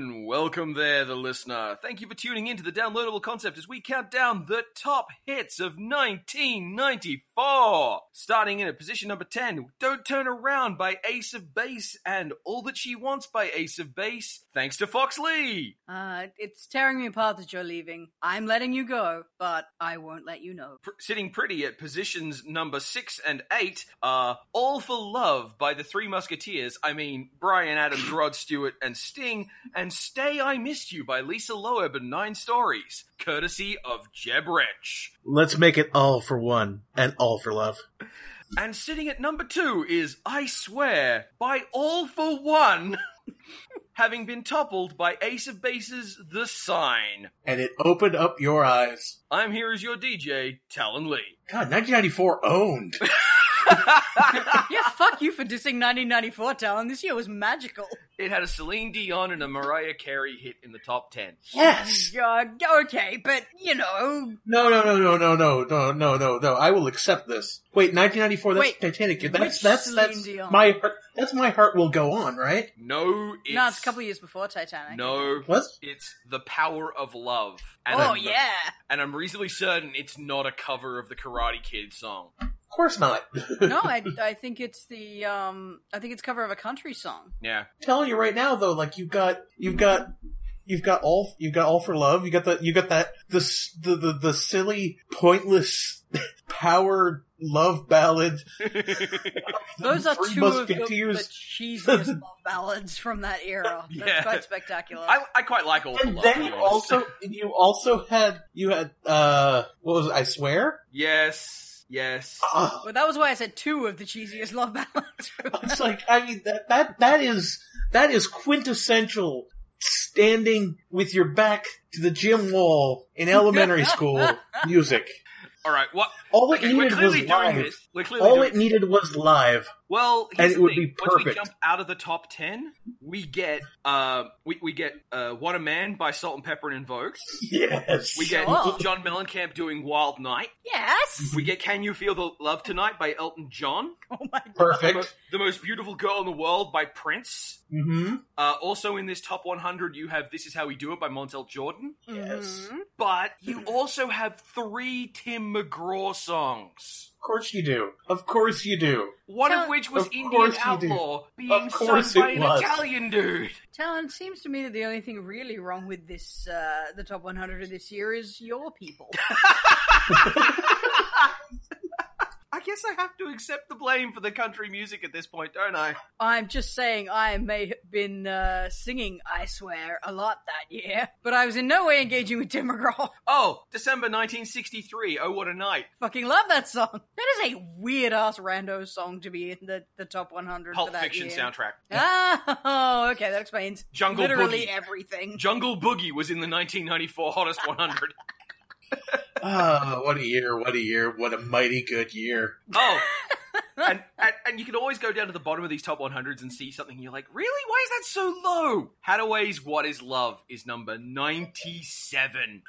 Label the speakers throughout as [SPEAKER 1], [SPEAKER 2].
[SPEAKER 1] Welcome there, the listener. Thank you for tuning in to the downloadable concept as we count down the top hits of 1994. Starting in at position number 10, Don't Turn Around by Ace of Base and All That She Wants by Ace of Base, thanks to Fox Lee.
[SPEAKER 2] Uh, it's tearing me apart that you're leaving. I'm letting you go, but I won't let you know.
[SPEAKER 1] Pr- sitting pretty at positions number 6 and 8 are All for Love by the Three Musketeers, I mean Brian Adams, Rod Stewart, and Sting, and Stay I Missed You by Lisa Loeb and Nine Stories, courtesy of Jeb Wrench.
[SPEAKER 3] Let's make it all for one and all for love.
[SPEAKER 1] And sitting at number two is I Swear by All for One, having been toppled by Ace of Base's The Sign.
[SPEAKER 3] And it opened up your eyes.
[SPEAKER 1] I'm here as your DJ, Talon Lee.
[SPEAKER 3] God, 1994 owned.
[SPEAKER 2] yeah, fuck you for dissing 1994, Talon. This year was magical.
[SPEAKER 1] it had a Celine Dion and a Mariah Carey hit in the top 10.
[SPEAKER 3] Yes.
[SPEAKER 2] Yeah, okay, but you know,
[SPEAKER 3] No, no, no, no, no, no, no, no, no, no. I will accept this. Wait, 1994. That's
[SPEAKER 2] Wait,
[SPEAKER 3] Titanic.
[SPEAKER 2] which
[SPEAKER 3] That's that's that's
[SPEAKER 2] Celine Dion?
[SPEAKER 3] my heart. That's my heart will go on. Right?
[SPEAKER 1] No, it's.
[SPEAKER 2] no, it's a couple of years before Titanic.
[SPEAKER 1] No,
[SPEAKER 3] What?
[SPEAKER 1] it's The Power of Love.
[SPEAKER 2] Oh
[SPEAKER 1] I'm-
[SPEAKER 2] yeah,
[SPEAKER 1] And I'm reasonably certain it's not a cover of the Karate Kid song.
[SPEAKER 3] Of course not.
[SPEAKER 2] no, I, I think it's the um, I think it's cover of a country song.
[SPEAKER 1] Yeah.
[SPEAKER 3] telling you right now though, like you've got you've got you've got all you've got all for love. You got the you got that the s- the the, the silly pointless power love ballad.
[SPEAKER 2] Those are
[SPEAKER 3] Three
[SPEAKER 2] two of the, the
[SPEAKER 3] Musketeers.
[SPEAKER 2] cheesiest love ballads from that era. That's
[SPEAKER 1] Yeah.
[SPEAKER 2] quite spectacular.
[SPEAKER 1] I, I quite like All for
[SPEAKER 3] and
[SPEAKER 1] Love. to
[SPEAKER 3] then
[SPEAKER 1] be
[SPEAKER 3] you
[SPEAKER 1] honest.
[SPEAKER 3] also you also had you had uh what was it, I swear?
[SPEAKER 1] Yes, yes.
[SPEAKER 3] Ah,
[SPEAKER 2] well, that was why I said two of the cheesiest love ballads. from
[SPEAKER 3] it's like I mean that that that is that is quintessential standing with your back to the gym wall in elementary school music.
[SPEAKER 1] All right, what?
[SPEAKER 3] All it
[SPEAKER 1] Okay, we're
[SPEAKER 3] needed was
[SPEAKER 1] clearly doing
[SPEAKER 3] live.
[SPEAKER 1] this. We're clearly
[SPEAKER 3] All
[SPEAKER 1] doing
[SPEAKER 3] it needed was live.
[SPEAKER 1] Well,
[SPEAKER 3] And
[SPEAKER 1] here's
[SPEAKER 3] it
[SPEAKER 1] the
[SPEAKER 3] would
[SPEAKER 1] thing.
[SPEAKER 3] be
[SPEAKER 1] Once we
[SPEAKER 3] perfect.
[SPEAKER 1] jump out of the top ten, we get uh, we, we get uh, "What a Man" by Salt and Pepper and Invoked.
[SPEAKER 3] Yes.
[SPEAKER 1] We get
[SPEAKER 2] Sure.
[SPEAKER 1] John Mellencamp doing "Wild Night."
[SPEAKER 2] yes.
[SPEAKER 1] We get "Can You Feel the Love Tonight" by Elton John.
[SPEAKER 2] Oh my god.
[SPEAKER 1] The, mo-
[SPEAKER 3] Perfect.
[SPEAKER 1] the most beautiful girl in the world by Prince.
[SPEAKER 3] Mm-hmm.
[SPEAKER 1] Uh, also in this top 100, you have "This Is How We Do It" by Montel Jordan.
[SPEAKER 3] Yes.
[SPEAKER 2] Mhm.
[SPEAKER 1] But you also have three Tim McGraw songs.
[SPEAKER 3] Of course you do. Of course you do.
[SPEAKER 1] One
[SPEAKER 2] Tell-
[SPEAKER 1] of which was
[SPEAKER 3] Of
[SPEAKER 1] Indian
[SPEAKER 3] course you do.
[SPEAKER 1] Outlaw being
[SPEAKER 3] Of
[SPEAKER 1] sung
[SPEAKER 3] course
[SPEAKER 1] by
[SPEAKER 3] it
[SPEAKER 1] an
[SPEAKER 3] was.
[SPEAKER 1] Italian dude.
[SPEAKER 2] Talon, it seems to me that the only thing really wrong with this, uh, the top 100 of this year is your people.
[SPEAKER 1] I guess I have to accept the blame for the country music at this point, don't I?
[SPEAKER 2] I'm just saying I may have been uh, singing, I swear, a lot that year, but I was in no way engaging with Tim McGraw.
[SPEAKER 1] Oh, December 1963. Oh, what a night.
[SPEAKER 2] Fucking love that song. That is a weird ass rando song to be in the, the top 100 for
[SPEAKER 1] Pulp
[SPEAKER 2] that
[SPEAKER 1] Fiction
[SPEAKER 2] year.
[SPEAKER 1] soundtrack.
[SPEAKER 2] Oh, okay, that explains
[SPEAKER 1] Jungle
[SPEAKER 2] literally
[SPEAKER 1] Boogie.
[SPEAKER 2] everything.
[SPEAKER 1] Jungle Boogie was in the 1994 Hottest 100.
[SPEAKER 3] Ah, what a year! What a year! What a mighty good year!
[SPEAKER 1] Oh. And, and and you can always go down to the bottom of these top 100s and see something and you're like, really? Why is that so low? Hadaway's "What Is Love" is number 97.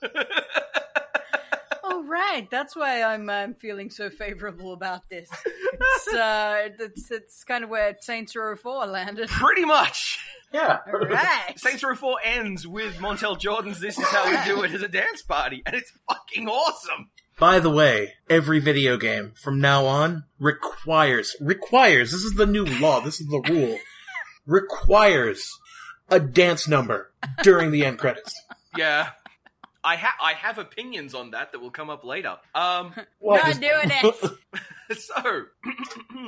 [SPEAKER 2] All Oh, right, that's why I'm um, feeling so favorable about this. It's, uh, it's, it's kind of where Saints Row 4 landed.
[SPEAKER 1] Pretty much.
[SPEAKER 3] Yeah.
[SPEAKER 2] All right.
[SPEAKER 1] Saints Row 4 ends with Montel Jordan's "This Is How We Do It" as a dance party, and it's fucking awesome.
[SPEAKER 3] By the way, every video game from now on requires requires. This is the new law. This is the rule. requires a dance number during the end credits.
[SPEAKER 1] Yeah. I ha- I have opinions on that that will come up later. Um
[SPEAKER 3] What
[SPEAKER 2] Not
[SPEAKER 3] is-
[SPEAKER 2] doing it.
[SPEAKER 1] so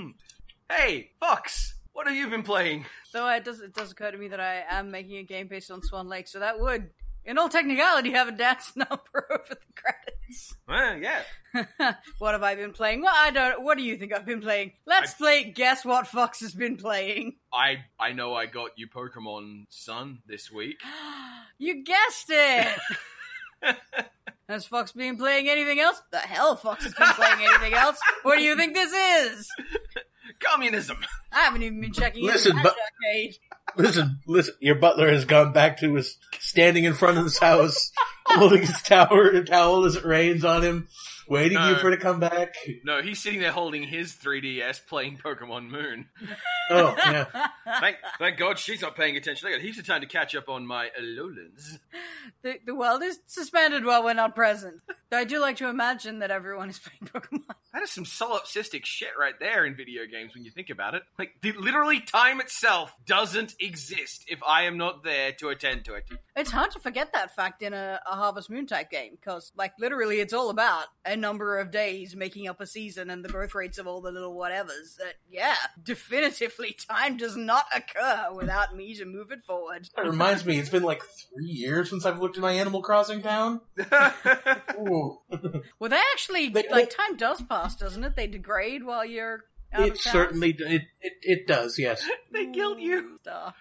[SPEAKER 1] Hey, Fox, what have you been playing?
[SPEAKER 2] Though it does, it does occur to me that I am making a game based on Swan Lake, so that would, in all technicality, have a dance number over the credits.
[SPEAKER 1] Well, yeah.
[SPEAKER 2] what have I been playing? Well, I don't. What do you think I've been playing? Let's
[SPEAKER 1] I-
[SPEAKER 2] play. Guess what? Fox has been playing.
[SPEAKER 1] I I know I got you Pokemon Sun this week.
[SPEAKER 2] You guessed it. Has Fox been playing anything else? The hell, Fox has been playing anything else? What do you think this is?
[SPEAKER 1] Communism.
[SPEAKER 2] I haven't even been checking into
[SPEAKER 3] Listen,
[SPEAKER 2] that
[SPEAKER 3] but-
[SPEAKER 2] decade.
[SPEAKER 3] Listen, listen. Your butler has gone back to his standing in front of his house, holding his tower towel as it rains on him, waiting
[SPEAKER 1] No.
[SPEAKER 3] you for to come back.
[SPEAKER 1] No, he's sitting there holding his 3DS playing Pokemon Moon.
[SPEAKER 3] Oh yeah.
[SPEAKER 1] Thank, thank God she's not paying attention. I got heaps of time to catch up on my Alolans.
[SPEAKER 2] the, the world is suspended while we're not present. Though I do like to imagine that everyone is playing Pokemon.
[SPEAKER 1] That is some solipsistic shit right there in video games when you think about it. Like, the, literally, time itself doesn't exist if I am not there to attend to it.
[SPEAKER 2] It's hard to forget that fact in a, a Harvest Moon type game, because, like, literally it's all about a number of days making up a season and the growth rates of all the little whatevers. That, yeah, definitively time does not occur without me to move it forward.
[SPEAKER 3] That reminds me, it's been like three years since I've looked at my Animal Crossing town. Ooh.
[SPEAKER 2] Well, they actually,
[SPEAKER 3] They-
[SPEAKER 2] like, time does pass, doesn't it? They degrade while you're out
[SPEAKER 3] It
[SPEAKER 2] of town.
[SPEAKER 3] certainly d- it, it it does. Yes,
[SPEAKER 1] they killed you.
[SPEAKER 2] Dark.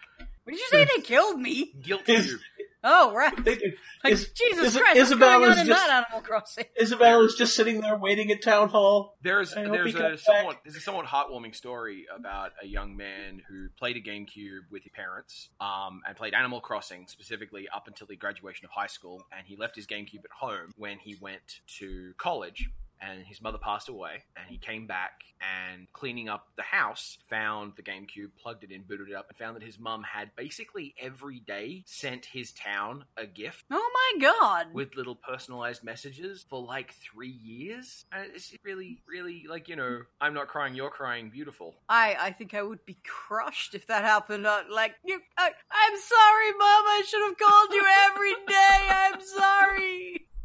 [SPEAKER 2] What did you say? They killed me?
[SPEAKER 1] Guilt
[SPEAKER 3] Is-
[SPEAKER 1] you.
[SPEAKER 2] Oh, right.
[SPEAKER 3] they do.
[SPEAKER 2] Like,
[SPEAKER 3] Is-
[SPEAKER 2] Jesus
[SPEAKER 3] Is-
[SPEAKER 2] Christ, what's
[SPEAKER 3] Isabel
[SPEAKER 2] going
[SPEAKER 3] is
[SPEAKER 2] on in
[SPEAKER 3] just-
[SPEAKER 2] that Animal Crossing?
[SPEAKER 3] Isabel is just sitting there waiting at town hall.
[SPEAKER 1] There is
[SPEAKER 3] I hope
[SPEAKER 1] there's
[SPEAKER 3] he
[SPEAKER 1] a
[SPEAKER 3] comes
[SPEAKER 1] somewhat there's a somewhat heartwarming story about a young man who played a GameCube with his parents, um, and played Animal Crossing specifically up until the graduation of high school, and he left his GameCube at home when he went to college. And his mother passed away, and he came back and cleaning up the house, found the GameCube, plugged it in, booted it up, and found that his mum had basically every day sent his town a gift
[SPEAKER 2] Oh my god.
[SPEAKER 1] with little personalized messages for like three years. And it's really, really like, you know, I'm not crying, you're crying, beautiful.
[SPEAKER 2] I, I think I would be crushed if that happened. Uh, like, you, I, I'm sorry, Mom. I should have called you every day. I'm sorry.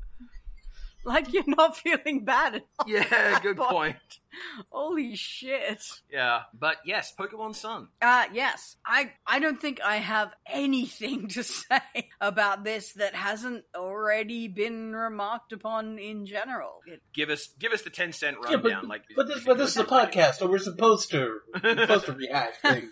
[SPEAKER 2] Like, you're not feeling bad. at all.
[SPEAKER 1] Yeah, good point.
[SPEAKER 2] Holy shit.
[SPEAKER 1] Yeah. But yes, Pokemon Sun.
[SPEAKER 2] Uh, yes. I, I don't think I have anything to say about this that hasn't already been remarked upon in general. It-
[SPEAKER 1] Give us give us the ten cent
[SPEAKER 3] Yeah,
[SPEAKER 1] rundown.
[SPEAKER 3] but,
[SPEAKER 1] like
[SPEAKER 3] but this but this is a podcast, so we're supposed to we're supposed to react things.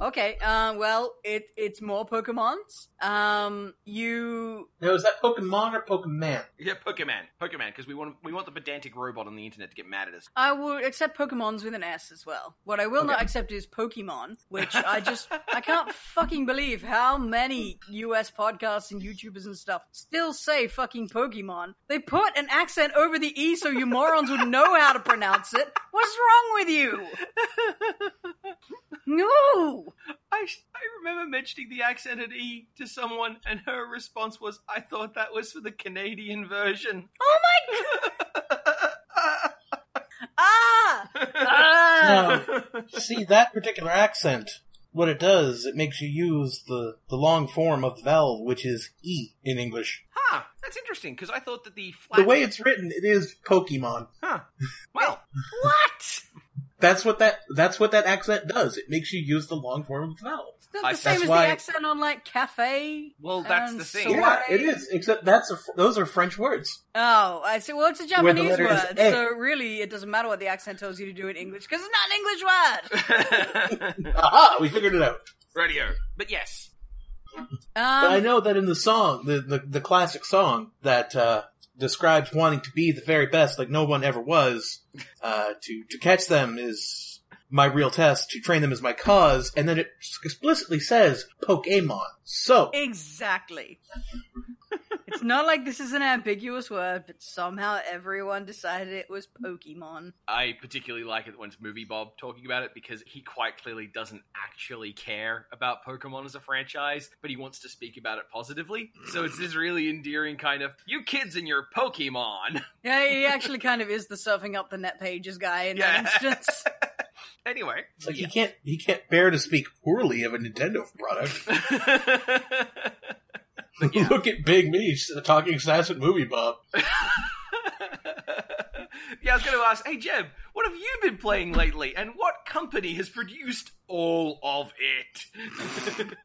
[SPEAKER 2] okay. Uh, well, it it's more Pokemon's. Um, you
[SPEAKER 3] Now, is that Pokemon or Pokemon?
[SPEAKER 1] Yeah, Pokemon. Pokemon, because we want we want the pedantic robot on the internet to get mad at us.
[SPEAKER 2] I would accept Pokemon's with an S as well. What I will not accept is Pokemon, which I just I can't fucking believe how many US podcasts and YouTubers and stuff still say fucking Pokemon. They put an accent over the E so you morons would know how to pronounce it. What's wrong with you? No.
[SPEAKER 1] I I remember mentioning the accent at E to someone, and her response was, "I thought that was for the Canadian version."
[SPEAKER 2] Oh my Ah! Ah!
[SPEAKER 3] Um, See that particular accent. What it does, it makes you use the the long form of vowel, which is e in English.
[SPEAKER 1] Huh, that's interesting because I thought that the flat.
[SPEAKER 3] The way it's written, it is Pokemon.
[SPEAKER 1] Huh. Well,
[SPEAKER 2] What?
[SPEAKER 3] That's what that that's what that accent does. It makes you use the long form of the vowel.
[SPEAKER 2] It's not the
[SPEAKER 1] I-
[SPEAKER 2] same
[SPEAKER 3] that's
[SPEAKER 2] as
[SPEAKER 3] why-
[SPEAKER 2] the accent on like cafe.
[SPEAKER 1] well, that's
[SPEAKER 2] And
[SPEAKER 1] the
[SPEAKER 2] so-
[SPEAKER 1] thing.
[SPEAKER 3] Yeah, it is. Except that's a, those are French words.
[SPEAKER 2] Oh, I see. Well, it's a
[SPEAKER 3] Where the
[SPEAKER 2] Japanese
[SPEAKER 3] letter is
[SPEAKER 2] word,
[SPEAKER 3] A.
[SPEAKER 2] so really it doesn't matter what the accent tells you to do in English because it's not an English word.
[SPEAKER 3] Aha! We figured it out.
[SPEAKER 1] Radio, but yes,
[SPEAKER 2] Um,
[SPEAKER 3] But I know that in the song, the, the, the classic song that uh, describes wanting to be the very best, like no one ever was, uh, to to catch them is my real test. To train them is my cause, and then it explicitly says Pokemon. So
[SPEAKER 2] Exactly. it's not like this is an ambiguous word, but somehow everyone decided it was Pokemon.
[SPEAKER 1] I particularly like it when it's Movie Bob talking about it because he quite clearly doesn't actually care about Pokemon as a franchise, but he wants to speak about it positively. So it's this really endearing kind of "you kids and your Pokemon."
[SPEAKER 2] Yeah, he actually kind of is the surfing up the net pages guy in
[SPEAKER 1] Yeah.
[SPEAKER 2] that instance.
[SPEAKER 1] anyway,
[SPEAKER 3] it's like
[SPEAKER 1] yeah.
[SPEAKER 3] he can't he can't bear to speak poorly of a Nintendo product.
[SPEAKER 1] But yeah.
[SPEAKER 3] Look at Big Me, the talking assassin movie Bob.
[SPEAKER 1] yeah, I was going to ask, hey Jeb, what have you been playing lately, and what company has produced all of it?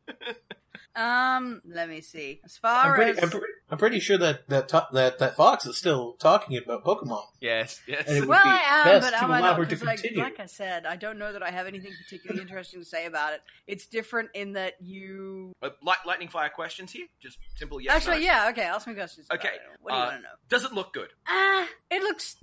[SPEAKER 2] Um, let me see. As
[SPEAKER 3] I'm
[SPEAKER 2] far
[SPEAKER 3] pretty,
[SPEAKER 2] as
[SPEAKER 3] I'm, pretty, I'm pretty sure that that, to- that that Fox is still talking about Pokemon.
[SPEAKER 1] yes, yes.
[SPEAKER 3] And it would
[SPEAKER 2] well,
[SPEAKER 3] be
[SPEAKER 2] I am,
[SPEAKER 3] best
[SPEAKER 2] but
[SPEAKER 3] to
[SPEAKER 2] am I
[SPEAKER 3] allow
[SPEAKER 2] not?
[SPEAKER 3] her to
[SPEAKER 2] 'Cause like,
[SPEAKER 3] continue.
[SPEAKER 2] like I said, I don't know that I have anything particularly interesting to say about it. It's different in that you
[SPEAKER 1] Uh, light, lightning fire questions here. Just simple yes.
[SPEAKER 2] Actually,
[SPEAKER 1] no.
[SPEAKER 2] yeah, okay, ask me questions. about
[SPEAKER 1] Okay,
[SPEAKER 2] it. What do you
[SPEAKER 1] uh,
[SPEAKER 2] want to know?
[SPEAKER 1] Does it look good?
[SPEAKER 2] Ah, it looks.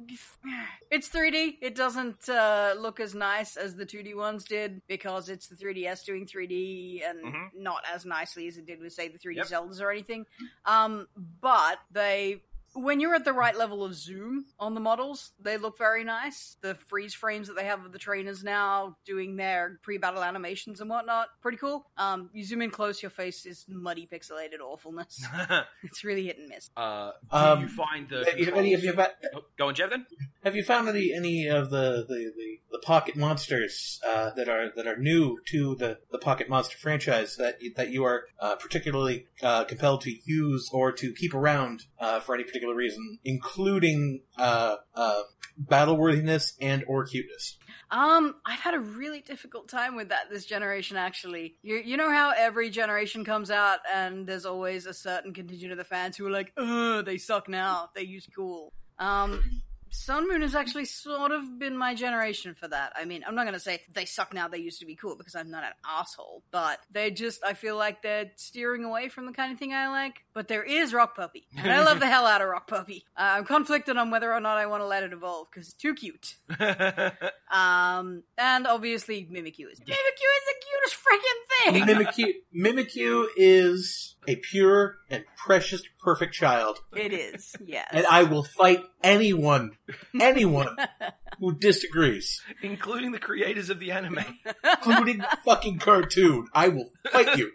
[SPEAKER 2] It's 3D. It doesn't uh, look as nice as the 2D ones did because it's the 3DS doing 3D and
[SPEAKER 1] Mhm.
[SPEAKER 2] not as nicely as it did with, say, the 3D
[SPEAKER 1] Yep.
[SPEAKER 2] Zeldas or anything. Um, but they when you're at the right level of zoom on the models, they look very nice. The freeze frames that they have of the trainers now doing their pre-battle animations and whatnot, pretty cool. Um, you zoom in close, your face is muddy, pixelated awfulness. it's really hit and miss.
[SPEAKER 1] uh, do
[SPEAKER 3] Um,
[SPEAKER 1] you find the
[SPEAKER 3] Have you- have any of you
[SPEAKER 1] controls-
[SPEAKER 3] have,
[SPEAKER 1] Oh, go on, Jeff. Then
[SPEAKER 3] have you found any any of the the, the, the pocket monsters uh, that are that are new to the, the pocket monster franchise that you, that you are uh, particularly uh, compelled to use or to keep around uh, for any particular reason, including uh, uh, battle worthiness and or cuteness?
[SPEAKER 2] Um, I've had a really difficult time with that this generation. Actually, you you know how every generation comes out and there's always a certain contingent of the fans who are like, "Ugh, they suck now. They used cool." Um, Sun Moon has actually sort of been my generation for that. I mean, I'm not gonna say they suck now. They used to be cool because I'm not an asshole, but they just I feel like they're steering away from the kind of thing I like. But there is Rock Puppy, and I love the hell out of Rock Puppy. Uh, I'm conflicted on whether or not I want to let it evolve because it's too cute. Um, and obviously Mimikyu is Mimikyu is the cutest freaking thing.
[SPEAKER 3] Mimikyu, Mimikyu is a pure and precious, perfect child,
[SPEAKER 2] it is, yes.
[SPEAKER 3] and I will fight anyone, anyone who disagrees.
[SPEAKER 1] including the creators of the anime.
[SPEAKER 3] including the fucking cartoon. I will fight you.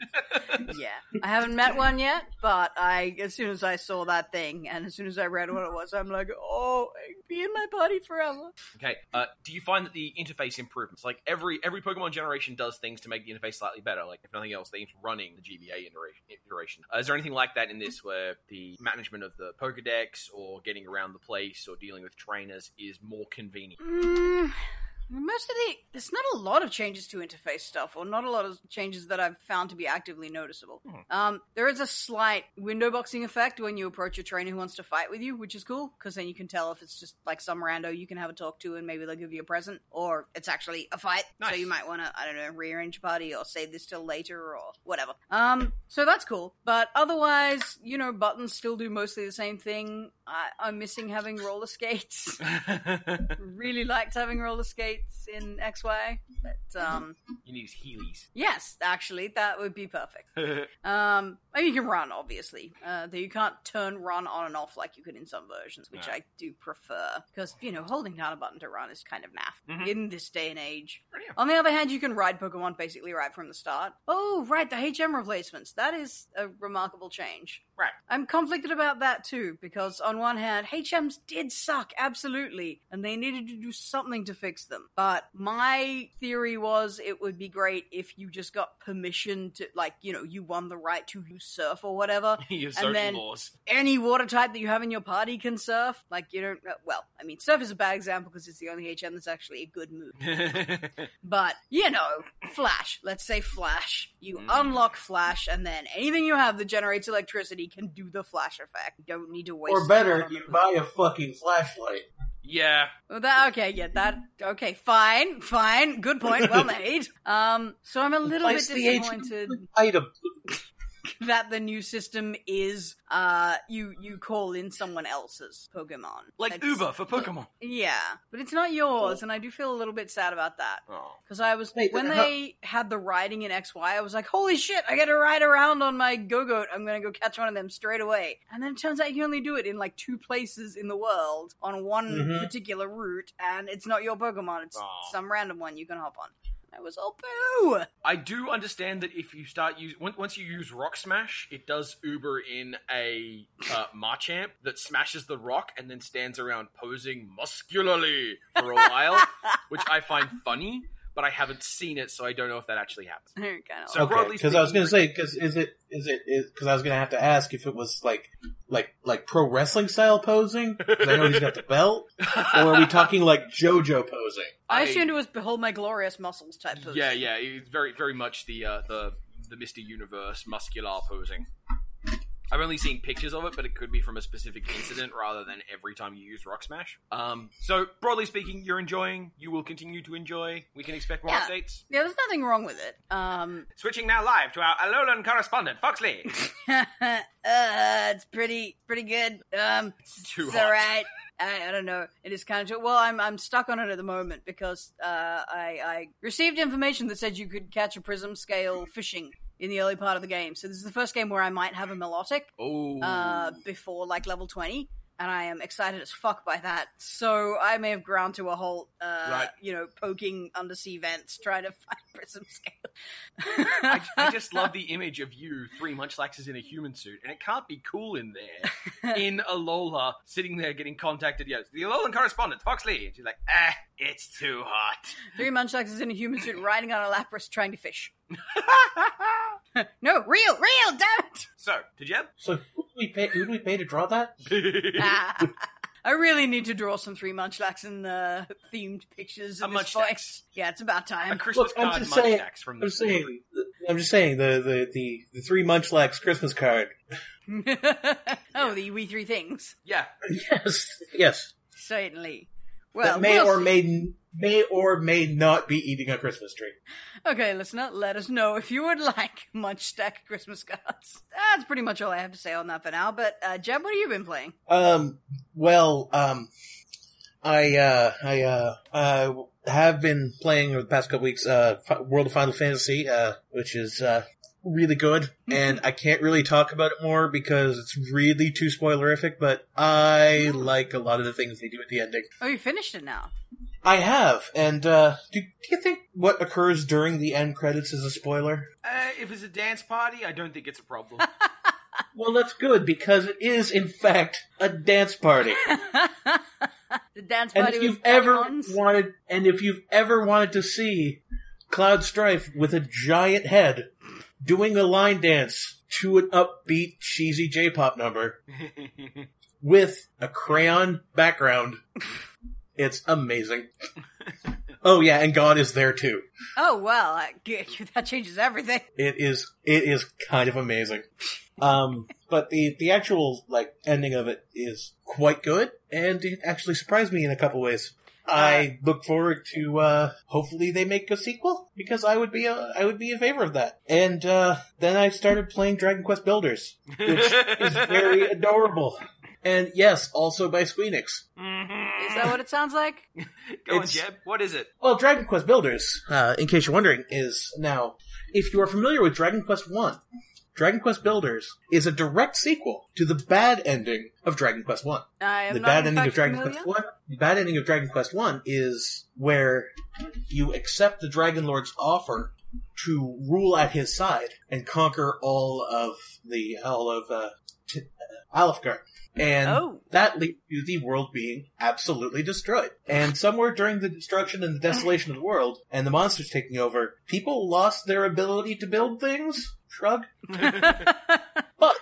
[SPEAKER 2] yeah, I haven't met one yet, but I as soon as I saw that thing and as soon as I read what it was, I'm like, oh, be in my body forever.
[SPEAKER 1] Okay. Uh, do you find that the interface improvements, like every every Pokemon generation, does things to make the interface slightly better? Like if nothing else, they keep running the GBA iteration. iteration. Uh, is there anything like that in this, where the management of the Pokedex or getting around the place or dealing with trainers is more convenient?
[SPEAKER 2] Mm, most of the there's not a lot of changes to interface stuff, or not a lot of changes that I've found to be actively noticeable.
[SPEAKER 1] Hmm.
[SPEAKER 2] Um, there is a slight window boxing effect when you approach a trainer who wants to fight with you, which is cool because then you can tell if it's just like some rando you can have a talk to, and maybe they'll give you a present, or it's actually a fight. So
[SPEAKER 1] Nice.
[SPEAKER 2] you might want to I don't know rearrange your party or save this till later or whatever. Um, so that's cool, but otherwise, you know, buttons still do mostly the same thing. I, I'm missing having roller skates really liked having roller skates in XY. But um,
[SPEAKER 1] you need Heelys.
[SPEAKER 2] yes, actually, that would be perfect. Um, and you can run, obviously. Uh, though you can't turn run on and off like you could in some versions, which
[SPEAKER 1] Yeah.
[SPEAKER 2] I do prefer because you know holding down a button to run is kind of naff
[SPEAKER 1] Mhm.
[SPEAKER 2] in this day and age.
[SPEAKER 1] Brilliant.
[SPEAKER 2] On the other hand, you can ride Pokemon basically right from the start. Oh, right, the HM replacements. That is a remarkable change.
[SPEAKER 1] Right.
[SPEAKER 2] I'm conflicted about that too, because on one hand, HMs did suck, absolutely, and they needed to do something to fix them. But my theory was it would be great if you just got permission to, like, you know, you won the right to use surf or whatever.
[SPEAKER 1] Your social
[SPEAKER 2] then-
[SPEAKER 1] laws.
[SPEAKER 2] Any water type that you have in your party can surf. Like, you don't, well, I mean, surf is a bad example because it's the only HM that's actually a good move. But, you know, Flash. Let's say Flash. You
[SPEAKER 1] Mm.
[SPEAKER 2] unlock Flash, and then anything you have that generates electricity can do the Flash effect. You don't need to waste.
[SPEAKER 3] Or better,
[SPEAKER 2] time
[SPEAKER 3] you
[SPEAKER 2] on-
[SPEAKER 3] buy a fucking flashlight.
[SPEAKER 1] yeah.
[SPEAKER 2] Well, that, okay, yeah, that. Okay, fine, fine. Good point. Well made. Um, so I'm a little bit
[SPEAKER 3] Replace the H-
[SPEAKER 2] disappointed
[SPEAKER 3] Item.
[SPEAKER 2] that the new system is uh, you you call in someone else's Pokemon,
[SPEAKER 1] Like
[SPEAKER 2] It's-
[SPEAKER 1] Uber for Pokemon.
[SPEAKER 2] Yeah, but it's not yours, and I do feel a little bit sad about that.
[SPEAKER 1] Oh.
[SPEAKER 2] Because I was
[SPEAKER 3] Wait,
[SPEAKER 2] when
[SPEAKER 3] how-
[SPEAKER 2] they had the riding in XY, I was like, "Holy shit! I got to ride around on my go goat. I'm gonna go catch one of them straight away." And then it turns out you can only do it in like two places in the world on one
[SPEAKER 3] Mhm.
[SPEAKER 2] particular route, and it's not your Pokemon; it's
[SPEAKER 1] Mm-hmm. Aw.
[SPEAKER 2] some random one you can hop on. And I was oh boo!
[SPEAKER 1] I do understand that if you start use on- once you use Rock Smash, it does Uber in a uh, Machamp that smashes the rock and then stands around posing muscularly for a while, which I find funny. But I haven't seen it, so I don't know if that actually happens.
[SPEAKER 2] kind of
[SPEAKER 1] So broadly
[SPEAKER 3] because I was
[SPEAKER 1] speaking-
[SPEAKER 3] gonna say, because is it is it because I was gonna have to ask if it was like like like pro wrestling style posing. 'Cause I know he's got the belt, or are we talking like JoJo posing?
[SPEAKER 2] I assumed it was "Behold my glorious muscles" type of
[SPEAKER 1] Yeah, yeah, it's very, very much the uh, the the Mister Universe muscular posing. I've only seen pictures of it, but it could be from a specific incident rather than every time you use Rock Smash. Um, so broadly speaking, you're enjoying. You will continue to enjoy. We can expect more
[SPEAKER 2] Yeah.
[SPEAKER 1] updates.
[SPEAKER 2] Yeah, there's nothing wrong with it. Um,
[SPEAKER 1] Switching now live to our Alolan correspondent, Foxley.
[SPEAKER 2] uh, it's pretty pretty good. Um, it's,
[SPEAKER 1] too
[SPEAKER 2] it's
[SPEAKER 1] hot.
[SPEAKER 2] alright. I, I don't know. It is kind of well. I'm I'm stuck on it at the moment because uh, I I received information that said you could catch a prism scale fishing in the early part of the game. So this is the first game where I might have a melodic
[SPEAKER 1] Oh,
[SPEAKER 2] uh, before uh, like level twenty. and I am excited as fuck by that. So I may have ground to a halt, uh,
[SPEAKER 1] Right.
[SPEAKER 2] you know, poking undersea vents, trying to find prism scale.
[SPEAKER 1] I, I just love the image of you, three munchlaxes in a human suit, and it can't be cool in there, in Alola, sitting there getting contacted. Yes, the Alolan correspondent, Fox Lee. And she's like, ah, it's too hot.
[SPEAKER 2] Three munchlaxes in a human suit riding on a lapras trying to fish. No, real, real, damn it!
[SPEAKER 1] so, did you?
[SPEAKER 3] So who do we pay? Who do we pay to draw that?
[SPEAKER 2] Ah, I really need to draw some three munchlaxen uh, themed pictures
[SPEAKER 1] A
[SPEAKER 2] of this
[SPEAKER 1] munchlax.
[SPEAKER 2] voice. Yeah, it's about
[SPEAKER 1] a
[SPEAKER 2] time.
[SPEAKER 1] Christmas
[SPEAKER 3] Look, I'm
[SPEAKER 1] card
[SPEAKER 3] just saying-
[SPEAKER 1] munchlax from the
[SPEAKER 3] I'm saying. I'm just saying the the the, the three Munchlax Christmas card.
[SPEAKER 2] oh, the we three things
[SPEAKER 1] Yeah,
[SPEAKER 3] Yes, yes.
[SPEAKER 2] certainly. Well,
[SPEAKER 3] that may
[SPEAKER 2] we'll
[SPEAKER 3] or
[SPEAKER 2] see.
[SPEAKER 3] may may or may not be eating a Christmas tree.
[SPEAKER 2] Okay, listener, let us know if you would like Munch Stack Christmas cards. That's pretty much all I have to say on that for now. But uh, Jeb, what have you been playing?
[SPEAKER 3] Um. Well. Um. I. Uh. I. Uh. Uh. Have been playing over the past couple weeks. Uh. Fi- World of Final Fantasy. Uh. Which is. Uh. Really good, and I can't really talk about it more because it's really too spoilerific. But I like a lot of the things they do at the ending.
[SPEAKER 2] Oh, you finished it now.
[SPEAKER 3] I have, and uh, do, do you think what occurs during the end credits is a spoiler?
[SPEAKER 1] uh, if it's a dance party, I don't think it's a problem.
[SPEAKER 3] Well, that's good because it is, in fact, a dance party.
[SPEAKER 2] the dance
[SPEAKER 3] and
[SPEAKER 2] party
[SPEAKER 3] if
[SPEAKER 2] with
[SPEAKER 3] you've ever
[SPEAKER 2] Pokemons.
[SPEAKER 3] wanted, and if you've ever wanted to see Cloud Strife with a giant head doing a line dance to an upbeat, cheesy J-pop number with a crayon background, it's amazing. oh yeah, and God is there too.
[SPEAKER 2] Oh well, I- that changes everything.
[SPEAKER 3] It is it is kind of amazing. Um, but the the actual like ending of it is quite good, and it actually surprised me in a couple ways. I look forward to uh, hopefully they make a sequel because I would be uh, I would be in favor of that. And uh, then I started playing Dragon Quest Builders, which is very adorable. And yes, also by Squeenix.
[SPEAKER 1] Mhm.
[SPEAKER 2] Is that what it sounds like?
[SPEAKER 1] Go on,
[SPEAKER 3] it's-
[SPEAKER 1] Jeb. What is it?
[SPEAKER 3] Well, Dragon Quest Builders, uh, in case you're wondering, is now, if you are familiar with Dragon Quest 1, Dragon Quest Builders is a direct sequel to the bad ending of Dragon Quest 1.
[SPEAKER 2] I am
[SPEAKER 3] The
[SPEAKER 2] not in
[SPEAKER 3] bad ending of
[SPEAKER 2] fact
[SPEAKER 3] Dragon
[SPEAKER 2] familiar.
[SPEAKER 3] Quest 1, the bad ending of Dragon Quest 1 is where you accept the Dragon Lord's offer to rule at his side and conquer all of the, all of, uh, t- uh, Alfgar. And
[SPEAKER 2] Oh,
[SPEAKER 3] that leads to the world being absolutely destroyed. And somewhere during the destruction and the desolation of the world, and the monsters taking over, people lost their ability to build things. Shrug. But,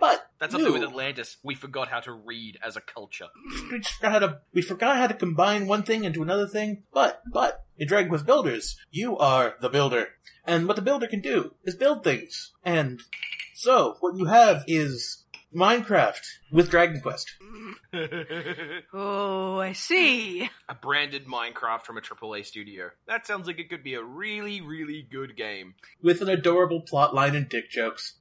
[SPEAKER 3] but
[SPEAKER 1] That's something with
[SPEAKER 3] Ew.
[SPEAKER 1] Atlantis. We forgot how to read as a culture.
[SPEAKER 3] we just forgot how to we forgot how to combine one thing into another thing. But, but in Dragon Quest Builders, you are the builder, and what the builder can do is build things. And so, what you have is Minecraft with Dragon Quest.
[SPEAKER 1] a
[SPEAKER 2] oh, I see.
[SPEAKER 1] branded Minecraft from a AAA studio. That sounds like it could be a really, really good game.
[SPEAKER 3] With an adorable plotline and dick jokes.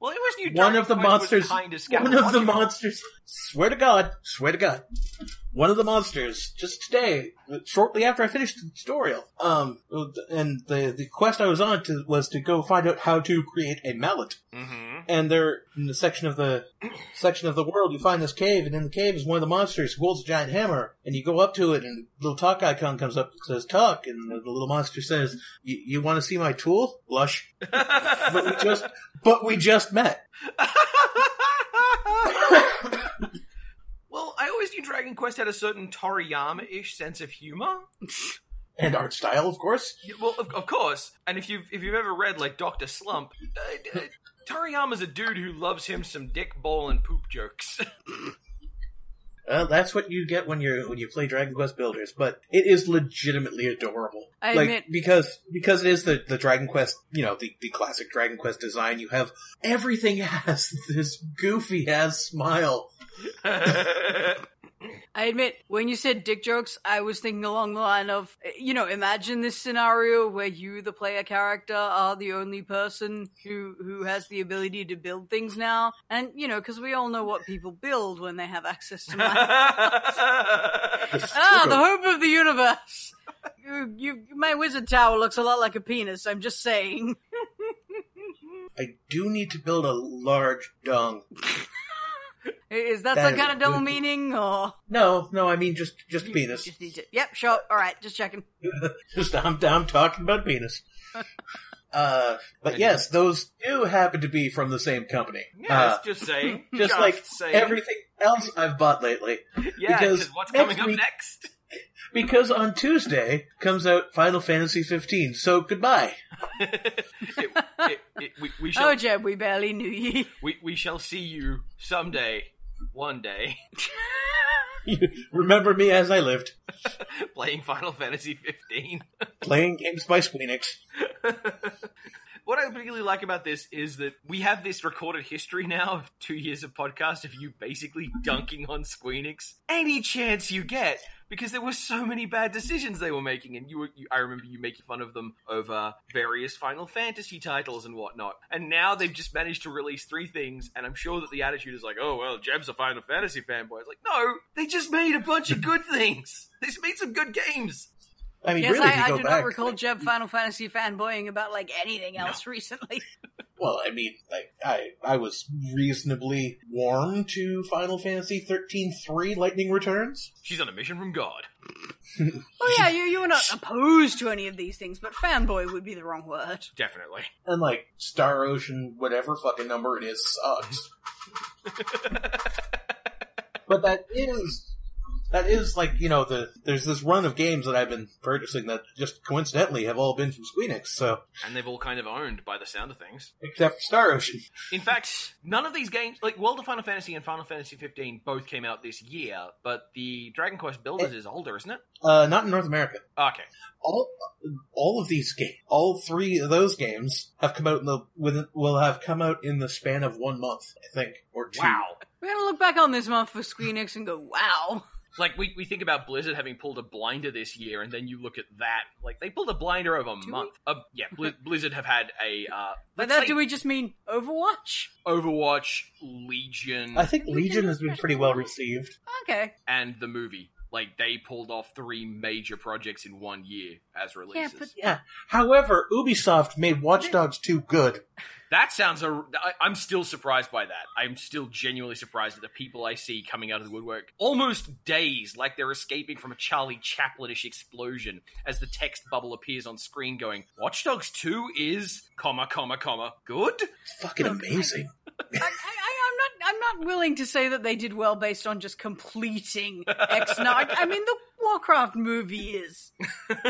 [SPEAKER 1] well, it was new.
[SPEAKER 3] one
[SPEAKER 1] Dragon
[SPEAKER 3] of the
[SPEAKER 1] Quest was
[SPEAKER 3] monsters,
[SPEAKER 1] kinda
[SPEAKER 3] one of the
[SPEAKER 1] scatological.
[SPEAKER 3] monsters, swear to God, swear to God, one of the monsters, just today, shortly after I finished the tutorial, um, and the, the quest I was on to, was to go find out how to create a mallet.
[SPEAKER 1] Mhm.
[SPEAKER 3] And there, in the section of the, section of the world, you find this cave, and in the cave is one of the monsters who holds a giant hammer, and you go up to it, and the little talk icon comes up and says, talk, and the little monster says, "You- you want to see my tool? Blush. But we just, but we just met.
[SPEAKER 1] well, I always knew Dragon Quest had a certain Toriyama-ish sense of humor.
[SPEAKER 3] and art style, of course.
[SPEAKER 1] Yeah, Well, of, of course. And if you've if you've ever read like Doctor Slump, uh, uh, Toriyama's a dude who loves him some dick, bowl, and poop jokes.
[SPEAKER 3] Uh, that's what you get when you when you play Dragon Quest Builders, but it is legitimately adorable.
[SPEAKER 2] I
[SPEAKER 3] like
[SPEAKER 2] admit-
[SPEAKER 3] because because it is the, the Dragon Quest, you know, the, the classic Dragon Quest design. You have everything has this goofy ass smile.
[SPEAKER 2] I admit, when you said dick jokes, I was thinking along the line of, you know, imagine this scenario where you, the player character, are the only person who who has the ability to build things now, and you know, because we all know what people build when they have access to money. ah, the hope of the universe. You, you, my wizard tower looks a lot like a penis. I'm just saying.
[SPEAKER 3] I do need to build a large dung.
[SPEAKER 2] I- Is that,
[SPEAKER 3] That
[SPEAKER 2] some kind of double
[SPEAKER 3] would be-
[SPEAKER 2] meaning or?
[SPEAKER 3] No, no, I mean just just penis.
[SPEAKER 2] Just need to- Yep, sure. All right, just checking.
[SPEAKER 3] Just I'm, I'm talking about penis. Uh, but yes, those do happen to be from the same company.
[SPEAKER 1] Yeah,
[SPEAKER 3] Uh,
[SPEAKER 1] it's just saying.
[SPEAKER 3] just like
[SPEAKER 1] saying.
[SPEAKER 3] everything else I've bought lately.
[SPEAKER 1] yeah,
[SPEAKER 3] because
[SPEAKER 1] 'cause what's
[SPEAKER 3] next
[SPEAKER 1] coming up
[SPEAKER 3] week-
[SPEAKER 1] next?
[SPEAKER 3] Because on Tuesday comes out Final Fantasy 15, so goodbye.
[SPEAKER 1] It- it- it- we, we shall
[SPEAKER 2] Oh, Jeb, we barely knew ye.
[SPEAKER 1] we, we shall see you someday, one day,
[SPEAKER 3] Remember me as I lived,
[SPEAKER 1] playing Final Fantasy 15.
[SPEAKER 3] playing games by Squeenix.
[SPEAKER 1] What I particularly like about this is that we have this recorded history now of two years of podcast of you basically dunking on Squeenix any chance you get because there were so many bad decisions they were making, and you were you, I remember you making fun of them over various Final Fantasy titles and whatnot. And now they've just managed to release three things, and I'm sure that the attitude is like, oh well, Jeb's a Final Fantasy fanboy. It's like, no, they just made a bunch of good things. They just made some good games.
[SPEAKER 3] I mean,
[SPEAKER 2] yes,
[SPEAKER 3] really, if
[SPEAKER 2] I,
[SPEAKER 3] you
[SPEAKER 2] I
[SPEAKER 3] go
[SPEAKER 2] do
[SPEAKER 3] back,
[SPEAKER 2] not recall Jeb Final Fantasy fanboying about like anything else recently.
[SPEAKER 3] Well, I mean, like I I was reasonably warm to Final Fantasy 13-3 Lightning Returns.
[SPEAKER 1] She's on a mission from God.
[SPEAKER 2] Oh yeah, you you were not opposed to any of these things, but fanboy would be the wrong word.
[SPEAKER 1] Definitely.
[SPEAKER 3] And like Star Ocean, whatever fucking number it is, sucks. but that is that is like, you know, the there's this run of games that I've been purchasing that just coincidentally have all been from Squeenix, so
[SPEAKER 1] And they've all kind of owned by the sound of things.
[SPEAKER 3] except for Star Ocean.
[SPEAKER 1] In fact, none of these games, like World of Final Fantasy and Final Fantasy 15, both came out this year, but the Dragon Quest Builders is older, isn't it?
[SPEAKER 3] Uh not in North America.
[SPEAKER 1] Okay.
[SPEAKER 3] all all of these games, all three of those games have come out in the within, will have come out in the span of one month, I think, or two.
[SPEAKER 1] Wow.
[SPEAKER 2] We're gonna look back on this month for Squeenix and go, wow.
[SPEAKER 1] Like, we, we think about Blizzard having pulled a blinder this year, and then you look at that. Like, they pulled a blinder over a
[SPEAKER 2] we?
[SPEAKER 1] month. Uh, yeah, Bli- Blizzard have had a. Uh,
[SPEAKER 2] By
[SPEAKER 1] let's
[SPEAKER 2] that,
[SPEAKER 1] say
[SPEAKER 2] do we just mean Overwatch?
[SPEAKER 1] Overwatch, Legion,
[SPEAKER 3] I think Legion has been pretty well received.
[SPEAKER 2] Okay.
[SPEAKER 1] and the movie. Like, they pulled off three major projects in one year as releases.
[SPEAKER 2] but-
[SPEAKER 3] Yeah. However, Ubisoft made Watch Dogs 2 good.
[SPEAKER 1] That sounds. A, I, I'm still surprised by that. I'm still genuinely surprised at the people I see coming out of the woodwork, almost dazed, like they're escaping from a Charlie Chaplinish explosion as the text bubble appears on screen, going, "Watch Dogs 2 is comma comma comma good."
[SPEAKER 3] It's fucking amazing.
[SPEAKER 2] I, I, I, I'm not. I'm not willing to say that they did well based on just completing X. No, I, I mean the Warcraft movie is.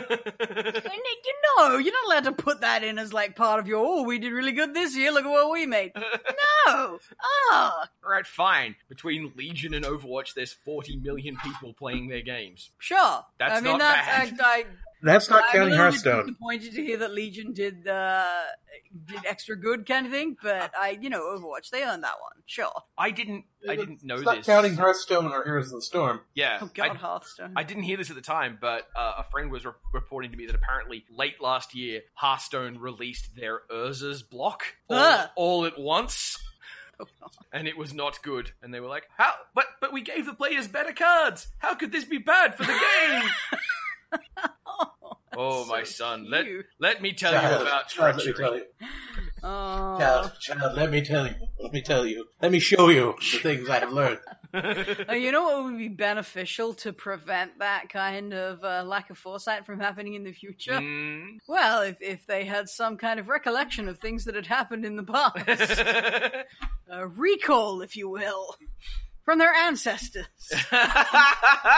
[SPEAKER 2] And it- you know, you're not allowed to put that in as like part of your. Oh, we did really good this year. Look at what we made. No. Ah.
[SPEAKER 1] All right, fine. Between Legion and Overwatch, there's 40 million people playing their games.
[SPEAKER 2] Sure.
[SPEAKER 1] That's
[SPEAKER 2] I mean,
[SPEAKER 1] not
[SPEAKER 2] that's.
[SPEAKER 1] bad.
[SPEAKER 2] I, I,
[SPEAKER 3] That's
[SPEAKER 2] I'm
[SPEAKER 3] not
[SPEAKER 2] a
[SPEAKER 3] counting
[SPEAKER 2] little bit
[SPEAKER 3] Hearthstone.
[SPEAKER 2] Disappointed to hear that Legion did uh, did extra good kind of thing, but I, you know, Overwatch they earned that one. Sure.
[SPEAKER 1] I didn't. I didn't know
[SPEAKER 3] it's not
[SPEAKER 1] this.
[SPEAKER 3] counting Hearthstone or Heroes of the Storm.
[SPEAKER 1] yeah.
[SPEAKER 2] Oh
[SPEAKER 1] I-
[SPEAKER 2] God, Hearthstone.
[SPEAKER 1] I didn't hear this at the time, but uh, a friend was re- reporting to me that apparently late last year, Hearthstone released their Urza's block all,
[SPEAKER 2] Ah.
[SPEAKER 1] all at once,
[SPEAKER 2] Oh, God.
[SPEAKER 1] and it was not good. And they were like, "How? But but we gave the players better cards. How could this be bad for the game?"
[SPEAKER 2] Oh,
[SPEAKER 1] oh
[SPEAKER 2] so
[SPEAKER 1] my son, let
[SPEAKER 2] cute.
[SPEAKER 1] let me tell
[SPEAKER 3] Child,
[SPEAKER 1] you about
[SPEAKER 3] child, let me tell
[SPEAKER 1] treachery.
[SPEAKER 3] you.
[SPEAKER 2] Oh.
[SPEAKER 3] Child, child, let me tell you. Let me tell you. Let me show you the things I have learned.
[SPEAKER 2] Uh, you know what would be beneficial to prevent that kind of uh, lack of foresight from happening in the future?
[SPEAKER 1] Mm.
[SPEAKER 2] Well, if, if they had some kind of recollection of things that had happened in the past, a recall, if you will, from their ancestors.
[SPEAKER 1] oh,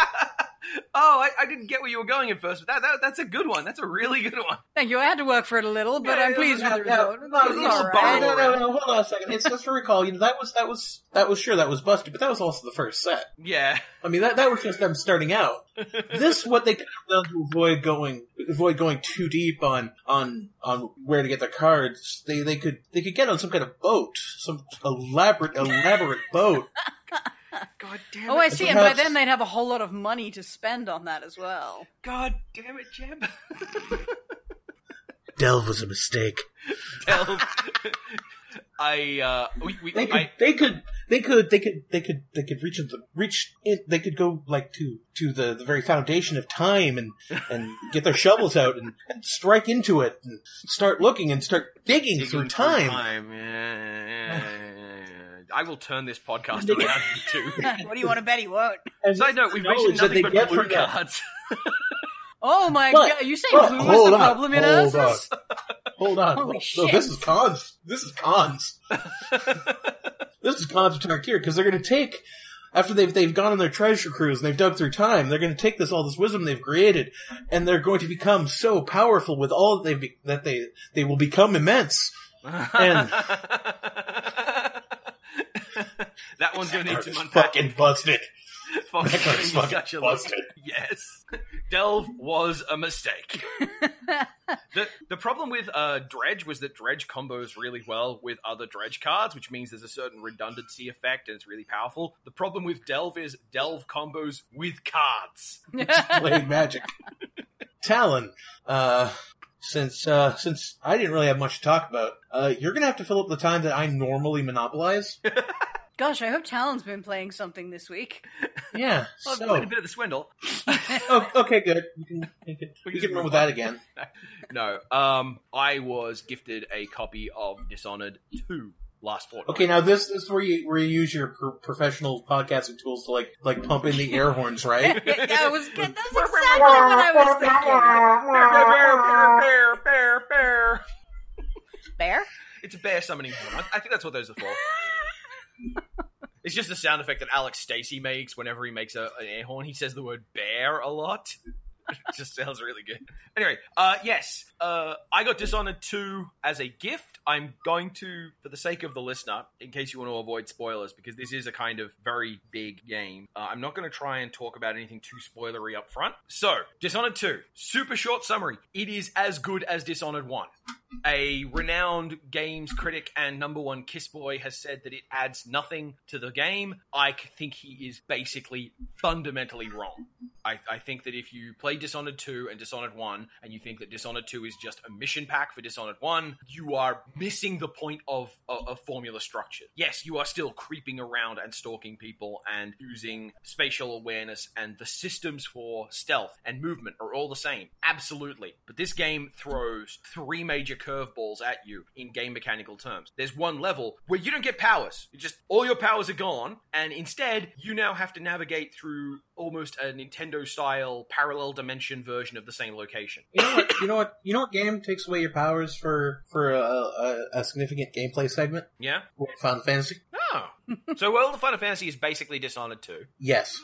[SPEAKER 1] I, I didn't get where you were going at first, but that, that that's a good one. That's a really good one.
[SPEAKER 2] Thank you. I had to work for it a little, but
[SPEAKER 1] Yeah,
[SPEAKER 2] I'm
[SPEAKER 1] it
[SPEAKER 2] pleased
[SPEAKER 1] was-
[SPEAKER 2] with the
[SPEAKER 3] Yeah,
[SPEAKER 2] result.
[SPEAKER 3] no,
[SPEAKER 2] It
[SPEAKER 3] no,
[SPEAKER 2] was
[SPEAKER 1] it's
[SPEAKER 3] no,
[SPEAKER 2] all right.
[SPEAKER 3] no, no, no, hold on a second. It's just a recall. You know, that was that was that was sure that was busted, but that was also the first set.
[SPEAKER 1] Yeah.
[SPEAKER 3] I mean, that that was just them starting out. This what they could have done to avoid going avoid going too deep on on on where to get their cards. They they could they could get on some kind of boat, some elaborate elaborate boat.
[SPEAKER 1] God damn
[SPEAKER 2] Oh, I
[SPEAKER 1] it.
[SPEAKER 2] see. And by
[SPEAKER 3] Perhaps-
[SPEAKER 2] then they'd have a whole lot of money to spend on that as well.
[SPEAKER 1] God damn it, Jeb.
[SPEAKER 3] Delve was a mistake.
[SPEAKER 1] tell. I uh, we, we
[SPEAKER 3] They could
[SPEAKER 1] I,
[SPEAKER 3] they could they could they could they could they could reach the reach. In, they could go like to to the, the very foundation of time and and get their shovels out and, and strike into it and start looking and start digging, through time.
[SPEAKER 1] Yeah, yeah, yeah, yeah, yeah. I will turn this podcast around too.
[SPEAKER 2] what do you want to bet he won't?
[SPEAKER 3] And
[SPEAKER 1] Side note: We've
[SPEAKER 3] knowledge
[SPEAKER 1] mentioned
[SPEAKER 3] that
[SPEAKER 1] nothing
[SPEAKER 3] they
[SPEAKER 1] but
[SPEAKER 3] get
[SPEAKER 1] blue
[SPEAKER 3] from that.
[SPEAKER 1] cards.
[SPEAKER 2] Oh my
[SPEAKER 3] But-
[SPEAKER 2] god! You say
[SPEAKER 3] but
[SPEAKER 2] blue is
[SPEAKER 3] hold
[SPEAKER 2] the
[SPEAKER 3] on,
[SPEAKER 2] problem in
[SPEAKER 3] hold
[SPEAKER 2] us?
[SPEAKER 3] Hold on.
[SPEAKER 2] Holy
[SPEAKER 3] Well,
[SPEAKER 2] shit.
[SPEAKER 3] No, this is cons. This is cons. this is cons of Tarkir because they're going to take after they've they've gone on their treasure cruise and they've dug through time. They're going to take this all this wisdom they've created, and they're going to become so powerful with all that they be, that they they will become immense. And-
[SPEAKER 1] that one's going to need
[SPEAKER 3] Card
[SPEAKER 1] to
[SPEAKER 3] is
[SPEAKER 1] unpack.
[SPEAKER 3] fucking busted.
[SPEAKER 1] Fucking
[SPEAKER 3] That card
[SPEAKER 1] thing is
[SPEAKER 3] is fucking
[SPEAKER 1] such a-
[SPEAKER 3] busted.
[SPEAKER 1] Yes, Delve was a mistake. the The problem with uh, Dredge was that Dredge combos really well with other Dredge cards, which means there's a certain redundancy effect and it's really powerful. The problem with Delve is Delve combos with cards.
[SPEAKER 3] playing magic. Talon, uh, since uh, since I didn't really have much to talk about, uh, you're gonna have to fill up the time that I normally monopolize.
[SPEAKER 2] Gosh, I hope Talon's been playing something this week.
[SPEAKER 3] Yeah.
[SPEAKER 1] Well,
[SPEAKER 3] so
[SPEAKER 1] quite a bit of the swindle.
[SPEAKER 3] Oh, okay, good. You can, you can,
[SPEAKER 1] We can
[SPEAKER 3] we can
[SPEAKER 1] just move
[SPEAKER 3] run with
[SPEAKER 1] on.
[SPEAKER 3] that again.
[SPEAKER 1] No, um, I was gifted a copy of Dishonored Two last fortnight.
[SPEAKER 3] Okay, now this, this is where you where you use your pro- professional podcasting tools to like like pump in the air horns,
[SPEAKER 2] yeah,
[SPEAKER 3] right?
[SPEAKER 2] I was. That's exactly what I was thinking.
[SPEAKER 1] Bear, bear, bear, bear, bear, bear, bear.
[SPEAKER 2] Bear?
[SPEAKER 1] It's a bear summoning horn. I, I think that's what those are for. It's just a sound effect that Alex Stacy makes whenever he makes a, an air horn. He says the word bear a lot. It just sounds really good. Anyway, uh, yes, uh, I got Dishonored 2 as a gift. I'm going to, for the sake of the listener, in case you want to avoid spoilers, because this is a kind of very big game, uh, I'm not going to try and talk about anything too spoilery up front. So, Dishonored 2, super short summary. It is as good as Dishonored 1 a renowned games critic and number one kiss boy has said that it adds nothing to the game i c- think he is basically fundamentally wrong I, I think that if you play dishonored 2 and dishonored 1 and you think that dishonored 2 is just a mission pack for dishonored 1 you are missing the point of a, formula structure yes you are still creeping around and stalking people and using spatial awareness and the systems for stealth and movement are all the same absolutely but this game throws three major curveballs at you in game mechanical terms there's one level where you don't get powers you just all your powers are gone and instead you now have to navigate through almost a nintendo style parallel dimension version of the same location
[SPEAKER 3] You know what? You know what? You know what game takes away your powers for for a, a, a significant gameplay segment?
[SPEAKER 1] yeah
[SPEAKER 3] Final Fantasy.
[SPEAKER 1] oh so well the final fantasy is basically dishonored 2
[SPEAKER 3] Yes.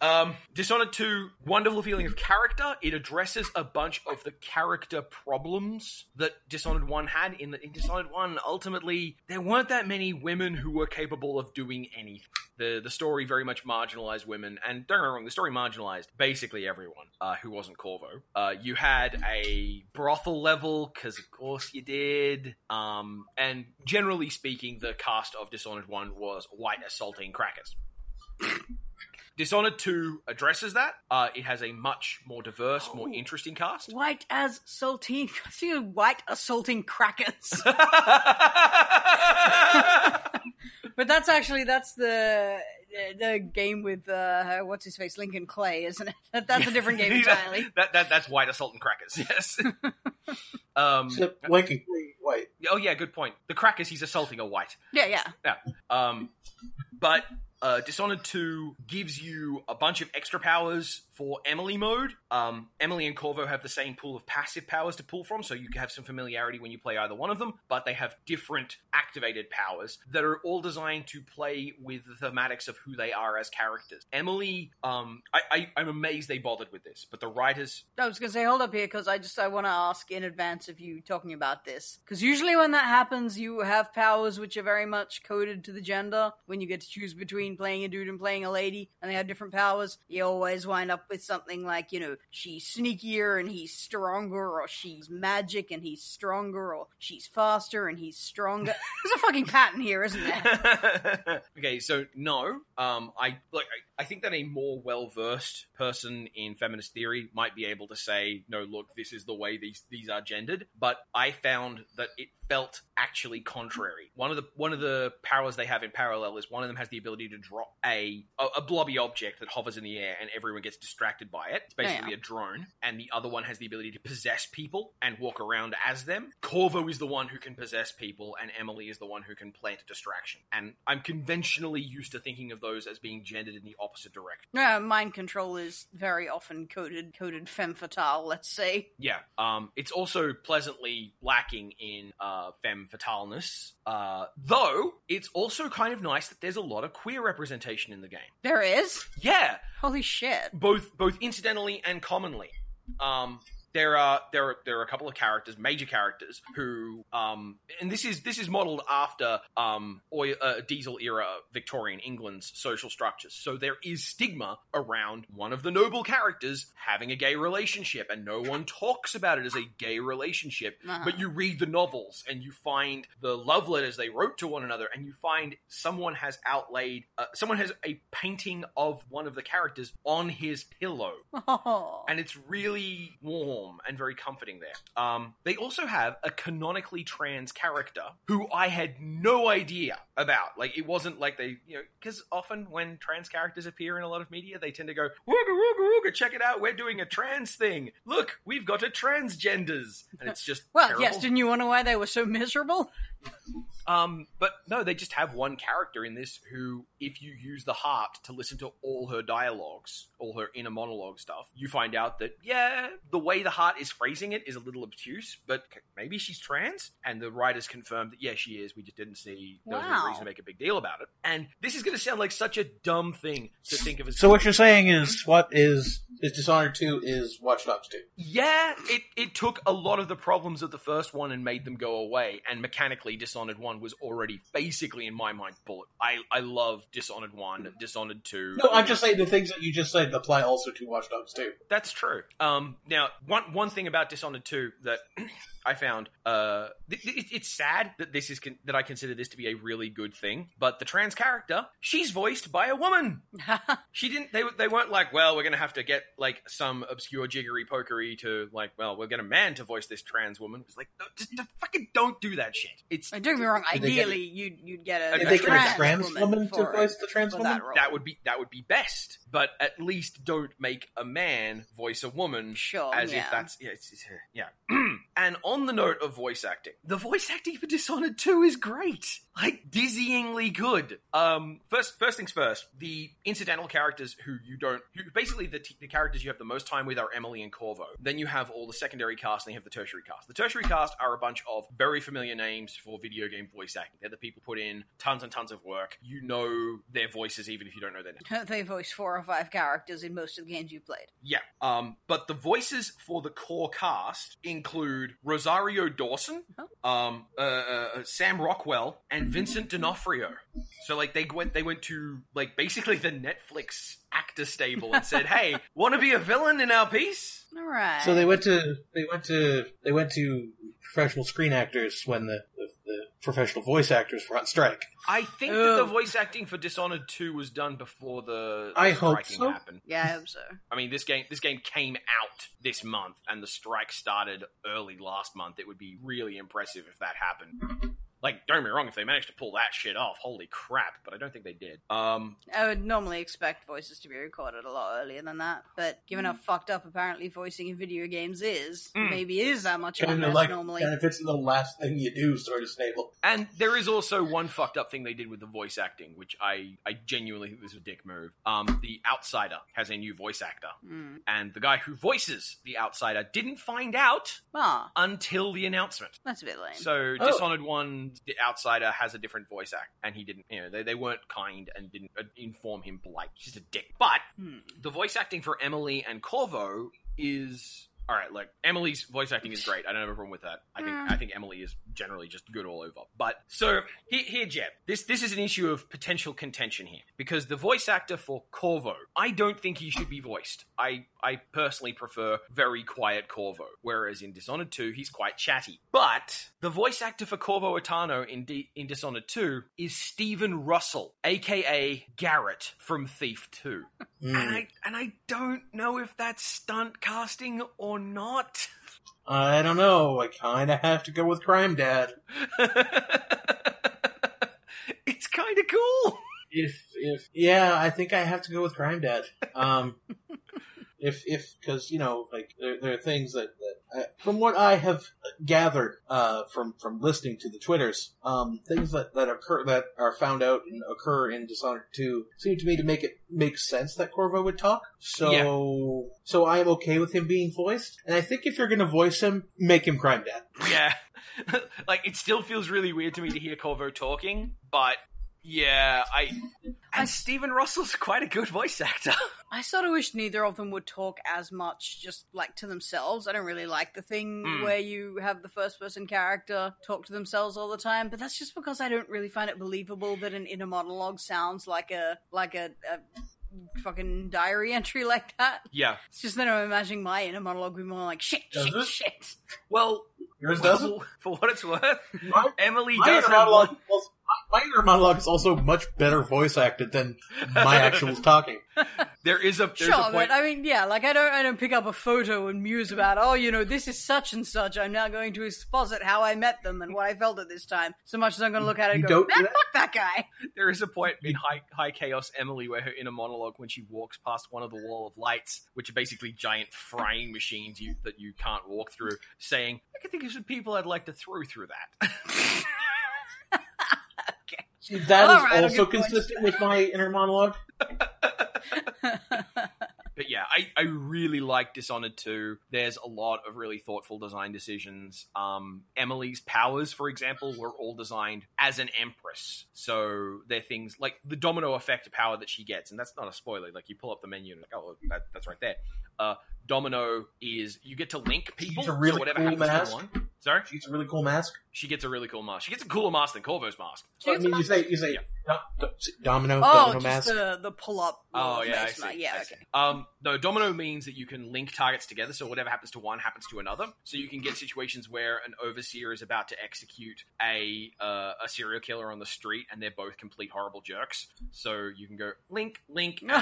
[SPEAKER 1] Um, Dishonored 2, wonderful feeling of character. It addresses a bunch of the character problems that Dishonored 1 had. In, the, in Dishonored 1, ultimately, there weren't that many women who were capable of doing anything. The, the story very much marginalized women, and don't get me wrong, the story marginalized basically everyone uh, who wasn't Corvo. Uh, you had a brothel level, because of course you did. Um, and generally speaking, the cast of Dishonored 1 was white assaulting crackers. Dishonored 2 addresses that. Uh, it has a much more diverse, more interesting cast.
[SPEAKER 2] White as saltine. See, white assaulting crackers. but that's actually that's the the game with uh, what's his face Lincoln Clay, isn't it? That, that's a different game entirely.
[SPEAKER 1] that, that, that's white assault and crackers, yes. um,
[SPEAKER 3] Except Lincoln Clay White.
[SPEAKER 1] oh, yeah, good point. The crackers, he's assaulting a white.
[SPEAKER 2] Yeah, yeah.
[SPEAKER 1] Um, but uh, Dishonored 2 gives you a bunch of extra powers for Emily mode. Um, Emily and Corvo have the same pool of passive powers to pull from, so you have some familiarity when you play either one of them, but they have different activated powers that are all designed to play with the thematics of who they are as characters. Emily, um, I, I, I'm amazed they bothered with this, but the writers
[SPEAKER 2] I was gonna say hold up here because I just I want to ask in advance of you talking about this because usually when that happens you have powers which are very much coded to the gender when you get to choose between playing a dude and playing a lady and they have different powers you always wind up with something like you know she's sneakier and he's stronger or she's magic and he's stronger or she's faster and he's stronger there's a fucking pattern here isn't there
[SPEAKER 1] okay, so no, um, I like. I I think that a more well-versed person in feminist theory might be able to say, "No, look, this is the way these these are gendered." But I found that it felt actually contrary. One of the one of the powers they have in parallel is one of them has the ability to drop a a, a blobby object that hovers in the air and everyone gets distracted by it. It's basically a drone, and the other one has the ability to possess people and walk around as them. Corvo is the one who can possess people, and Emily is the one who can plant a distraction. And I'm conventionally used to thinking of those as being gendered in the opposite direction.
[SPEAKER 2] No, mind control is very often coded coded femme fatale. Let's say
[SPEAKER 1] Yeah. Um, it's also pleasantly lacking in uh, femme fataleness. Uh, though, it's also kind of nice that there's a lot of queer representation in the game.
[SPEAKER 2] there is.
[SPEAKER 1] Yeah,
[SPEAKER 2] Holy shit!
[SPEAKER 1] both both incidentally and commonly. Um, there are there are, there are a couple of characters, major characters, who um, and this is this is modeled after um, oil, uh, diesel era Victorian England's social structures. So there is stigma around one of the noble characters having a gay relationship, and no one talks about it as a gay relationship.
[SPEAKER 2] Uh-huh.
[SPEAKER 1] But you read the novels and you find the love letters they wrote to one another, and you find someone has outlaid, uh, someone has a painting of one of the characters on his pillow.
[SPEAKER 2] Oh.
[SPEAKER 1] And it's really warm and very comforting there. Um, they also have a canonically trans character who I had no idea about. Like, it wasn't like they, you know, because often when trans characters appear in a lot of media, they tend to go, wooga, wooga, wooga, check it out, we're doing a trans thing. Look, we've got a transgenders. And it's just.
[SPEAKER 2] well,
[SPEAKER 1] terrible.
[SPEAKER 2] yes. Didn't you wonder why they were so miserable?
[SPEAKER 1] Um, but no, they just have one character in this who, if you use the heart to listen to all her dialogues, all her inner monologue stuff, you find out that, yeah, the way the heart is phrasing it is a little obtuse, but c- maybe she's trans. And the writers confirmed that, yeah, she is. We just didn't see, there was no
[SPEAKER 2] Wow.
[SPEAKER 1] reason to make a big deal about it. And this is going to sound like such a dumb thing to think of as.
[SPEAKER 3] So what you're saying is what is Hmm? is Dishonored 2 is Watch Dogs 2.
[SPEAKER 1] Yeah, it, it took a lot of the problems of the first one and made them go away. And mechanically, Dishonored 1 was already basically, in my mind, bullet. I, I love Dishonored 1, Dishonored 2.
[SPEAKER 3] No, I'm just saying the things that you just said apply also to Watch Dogs 2.
[SPEAKER 1] That's true. Um, now, one, one thing about Dishonored 2 that I found, uh, th- th- it- it's sad that this is con- that I consider this to be a really good thing, but the trans character, she's voiced by a woman. She didn't. They they weren't like, well, we're gonna have to get like some obscure jiggery pokery to like, well, we'll get a man to voice this trans woman. It's like, no, just, just fucking don't do that shit. It's
[SPEAKER 2] Don't get me wrong.
[SPEAKER 3] Did they get
[SPEAKER 2] Ideally, you'd you'd get a,
[SPEAKER 1] Did Yeah,
[SPEAKER 3] Did they
[SPEAKER 1] get a
[SPEAKER 3] get
[SPEAKER 1] trans
[SPEAKER 3] a trans woman to
[SPEAKER 2] for it,
[SPEAKER 3] voice the trans
[SPEAKER 2] for
[SPEAKER 3] woman?
[SPEAKER 2] that role.
[SPEAKER 1] that would be that would be best, but at least don't make a man voice a woman.
[SPEAKER 2] Sure,
[SPEAKER 1] As
[SPEAKER 2] yeah.
[SPEAKER 1] if that's yeah, it's, it's, yeah. and on the note of voice acting, the voice acting for Dishonored Two is great, like dizzyingly good. Um, first, first things first, the incidental characters who you don't, who, basically the t- the characters you have the most time with are Emily and Corvo. Then you have all the secondary cast, and you have the tertiary cast. The tertiary cast are a bunch of very familiar names for video game voice acting. They're the people put in tons and tons of work. You know their voices even if you don't know their names.
[SPEAKER 2] they voice four or five characters in most of the games you played.
[SPEAKER 1] Yeah. Um, but the voices for the core cast include Rosario Dawson, um, uh, uh, uh, Sam Rockwell, and Vincent D'Onofrio. So like they went they went to like basically the Netflix actor stable and said, "Hey, want to be a villain in our piece?"
[SPEAKER 2] All right.
[SPEAKER 3] So they went to they went to they went to professional screen actors when the, the, the professional voice actors were on strike.
[SPEAKER 1] I think that the
[SPEAKER 2] Ugh.
[SPEAKER 1] voice acting for Dishonored Two was done before the
[SPEAKER 3] I hope
[SPEAKER 1] striking
[SPEAKER 3] so.
[SPEAKER 1] happened.
[SPEAKER 2] yeah, I hope so.
[SPEAKER 1] I mean, this game this game came out this month, and the strike started early last month. It would be really impressive if that happened. Like, don't get me wrong, if they managed to pull that shit off, holy crap! But I don't think they did. Um,
[SPEAKER 2] I would normally expect voices to be recorded a lot earlier than that, but given
[SPEAKER 3] Mm.
[SPEAKER 2] how fucked up apparently voicing in video games is,
[SPEAKER 1] Mm.
[SPEAKER 2] maybe it is that much of a
[SPEAKER 3] Kind of
[SPEAKER 2] mess
[SPEAKER 3] like
[SPEAKER 2] normally.
[SPEAKER 3] kind of fits in the last thing you do sort of stable.
[SPEAKER 1] and there is also one fucked up thing they did with the voice acting, which I I genuinely think was a dick move. Um, the Outsider has a new voice actor,
[SPEAKER 2] Mm.
[SPEAKER 1] and the guy who voices the Outsider didn't find out
[SPEAKER 2] Ah,
[SPEAKER 1] until the announcement.
[SPEAKER 2] that's a bit lame.
[SPEAKER 1] So
[SPEAKER 3] Oh.
[SPEAKER 1] Dishonored One, the outsider has a different voice act, and he didn't. You know, they, they weren't kind and didn't uh, inform him polite. She's a dick. But
[SPEAKER 2] Hmm.
[SPEAKER 1] the voice acting for Emily and Corvo is all right. Look, Emily's voice acting is great. I don't have a problem with that. I think
[SPEAKER 2] Mm.
[SPEAKER 1] I think Emily is generally just good all over. But so here, here, Jeb, this this is an issue of potential contention here because the voice actor for Corvo, I don't think he should be voiced. I I personally prefer very quiet Corvo, whereas in Dishonored Two he's quite chatty. But the voice actor for Corvo Atano in D- in Dishonored Two is Stephen Russell, aka Garrett from Thief Two.
[SPEAKER 3] Mm.
[SPEAKER 1] Hmm. And I and I don't know if that's stunt casting or not.
[SPEAKER 3] I don't know. I kind of have to go with Crime Dad.
[SPEAKER 1] it's kind of cool.
[SPEAKER 3] If if yeah, I think I have to go with Crime Dad. Um, if if because you know like there, there are things that, that I, from what I have gathered uh, from from listening to the twitters, um, things that, that occur that are found out and occur in Dishonored Two seem to me to make it make sense that Corvo would talk. So so I am okay with him being voiced, and I think if you're going to voice him, make him Crime Dad.
[SPEAKER 1] Yeah. like it still feels really weird to me to hear Corvo talking, but yeah, I and
[SPEAKER 2] I-
[SPEAKER 1] Stephen Russell's quite a good voice actor.
[SPEAKER 2] I sort of wish neither of them would talk as much, just like to themselves. I don't really like the thing
[SPEAKER 1] Hmm.
[SPEAKER 2] where you have the first person character talk to themselves all the time, but that's just because I don't really find it believable that an inner monologue sounds like a like a, a fucking diary entry like that.
[SPEAKER 1] yeah.
[SPEAKER 2] It's just that I'm imagining my inner monologue be more like shit,
[SPEAKER 3] Does
[SPEAKER 2] shit,
[SPEAKER 3] it?
[SPEAKER 2] shit.
[SPEAKER 1] Well,
[SPEAKER 3] Yours doesn't.
[SPEAKER 1] for, for what it's worth,
[SPEAKER 3] My,
[SPEAKER 1] Emily
[SPEAKER 3] my
[SPEAKER 1] does
[SPEAKER 3] inner
[SPEAKER 1] have
[SPEAKER 3] monologue,
[SPEAKER 1] one.
[SPEAKER 3] also- my my inner monologue is also much better voice acted than my actual talking.
[SPEAKER 1] There is a there's
[SPEAKER 2] sure,
[SPEAKER 1] a point.
[SPEAKER 2] but I mean, yeah, like I don't, I don't pick up a photo and muse about, oh, you know, this is such and such. I'm now going to exposit how I met them and what I felt at this time, so much as I'm going to look at it and
[SPEAKER 3] You
[SPEAKER 2] go,
[SPEAKER 3] don't do
[SPEAKER 2] "Man,
[SPEAKER 3] that?
[SPEAKER 2] fuck that guy.
[SPEAKER 1] There is a point in high, high Chaos Emily where her inner monologue, when she walks past one of the wall of lights, which are basically giant frying machines you, that you can't walk through, saying, "I can think of some people I'd like to throw through that."
[SPEAKER 3] See, that
[SPEAKER 2] All
[SPEAKER 3] is
[SPEAKER 2] right, I'll
[SPEAKER 3] also
[SPEAKER 2] give points.
[SPEAKER 3] consistent with my inner monologue.
[SPEAKER 1] but yeah, I, I really like Dishonored 2. There's a lot of really thoughtful design decisions. Um, Emily's powers, for example, were all designed as an empress. So they're things like the domino effect power that she gets, and that's not a spoiler. Like you pull up the menu and like, oh, that, that's right there. Uh, domino is you get to link people.
[SPEAKER 3] She's a really
[SPEAKER 1] so whatever
[SPEAKER 3] cool
[SPEAKER 1] happens
[SPEAKER 3] mask.
[SPEAKER 1] to one. Sorry,
[SPEAKER 3] She's a really cool mask.
[SPEAKER 1] she gets a really cool mask. She gets a cooler mask than Corvo's mask.
[SPEAKER 3] I mean, you say you say
[SPEAKER 1] Yeah.
[SPEAKER 3] do- do- domino,
[SPEAKER 2] Oh,
[SPEAKER 3] domino
[SPEAKER 2] just
[SPEAKER 3] mask.
[SPEAKER 2] the the pull up.
[SPEAKER 1] Oh yeah, I
[SPEAKER 2] face,
[SPEAKER 1] see.
[SPEAKER 2] like, yeah,
[SPEAKER 1] I
[SPEAKER 2] okay.
[SPEAKER 1] see. Um, no, domino means that you can link targets together, so whatever happens to one happens to another. So you can get situations where an overseer is about to execute a uh, a serial killer on the street, and they're both complete horrible jerks. So you can go link, link, and,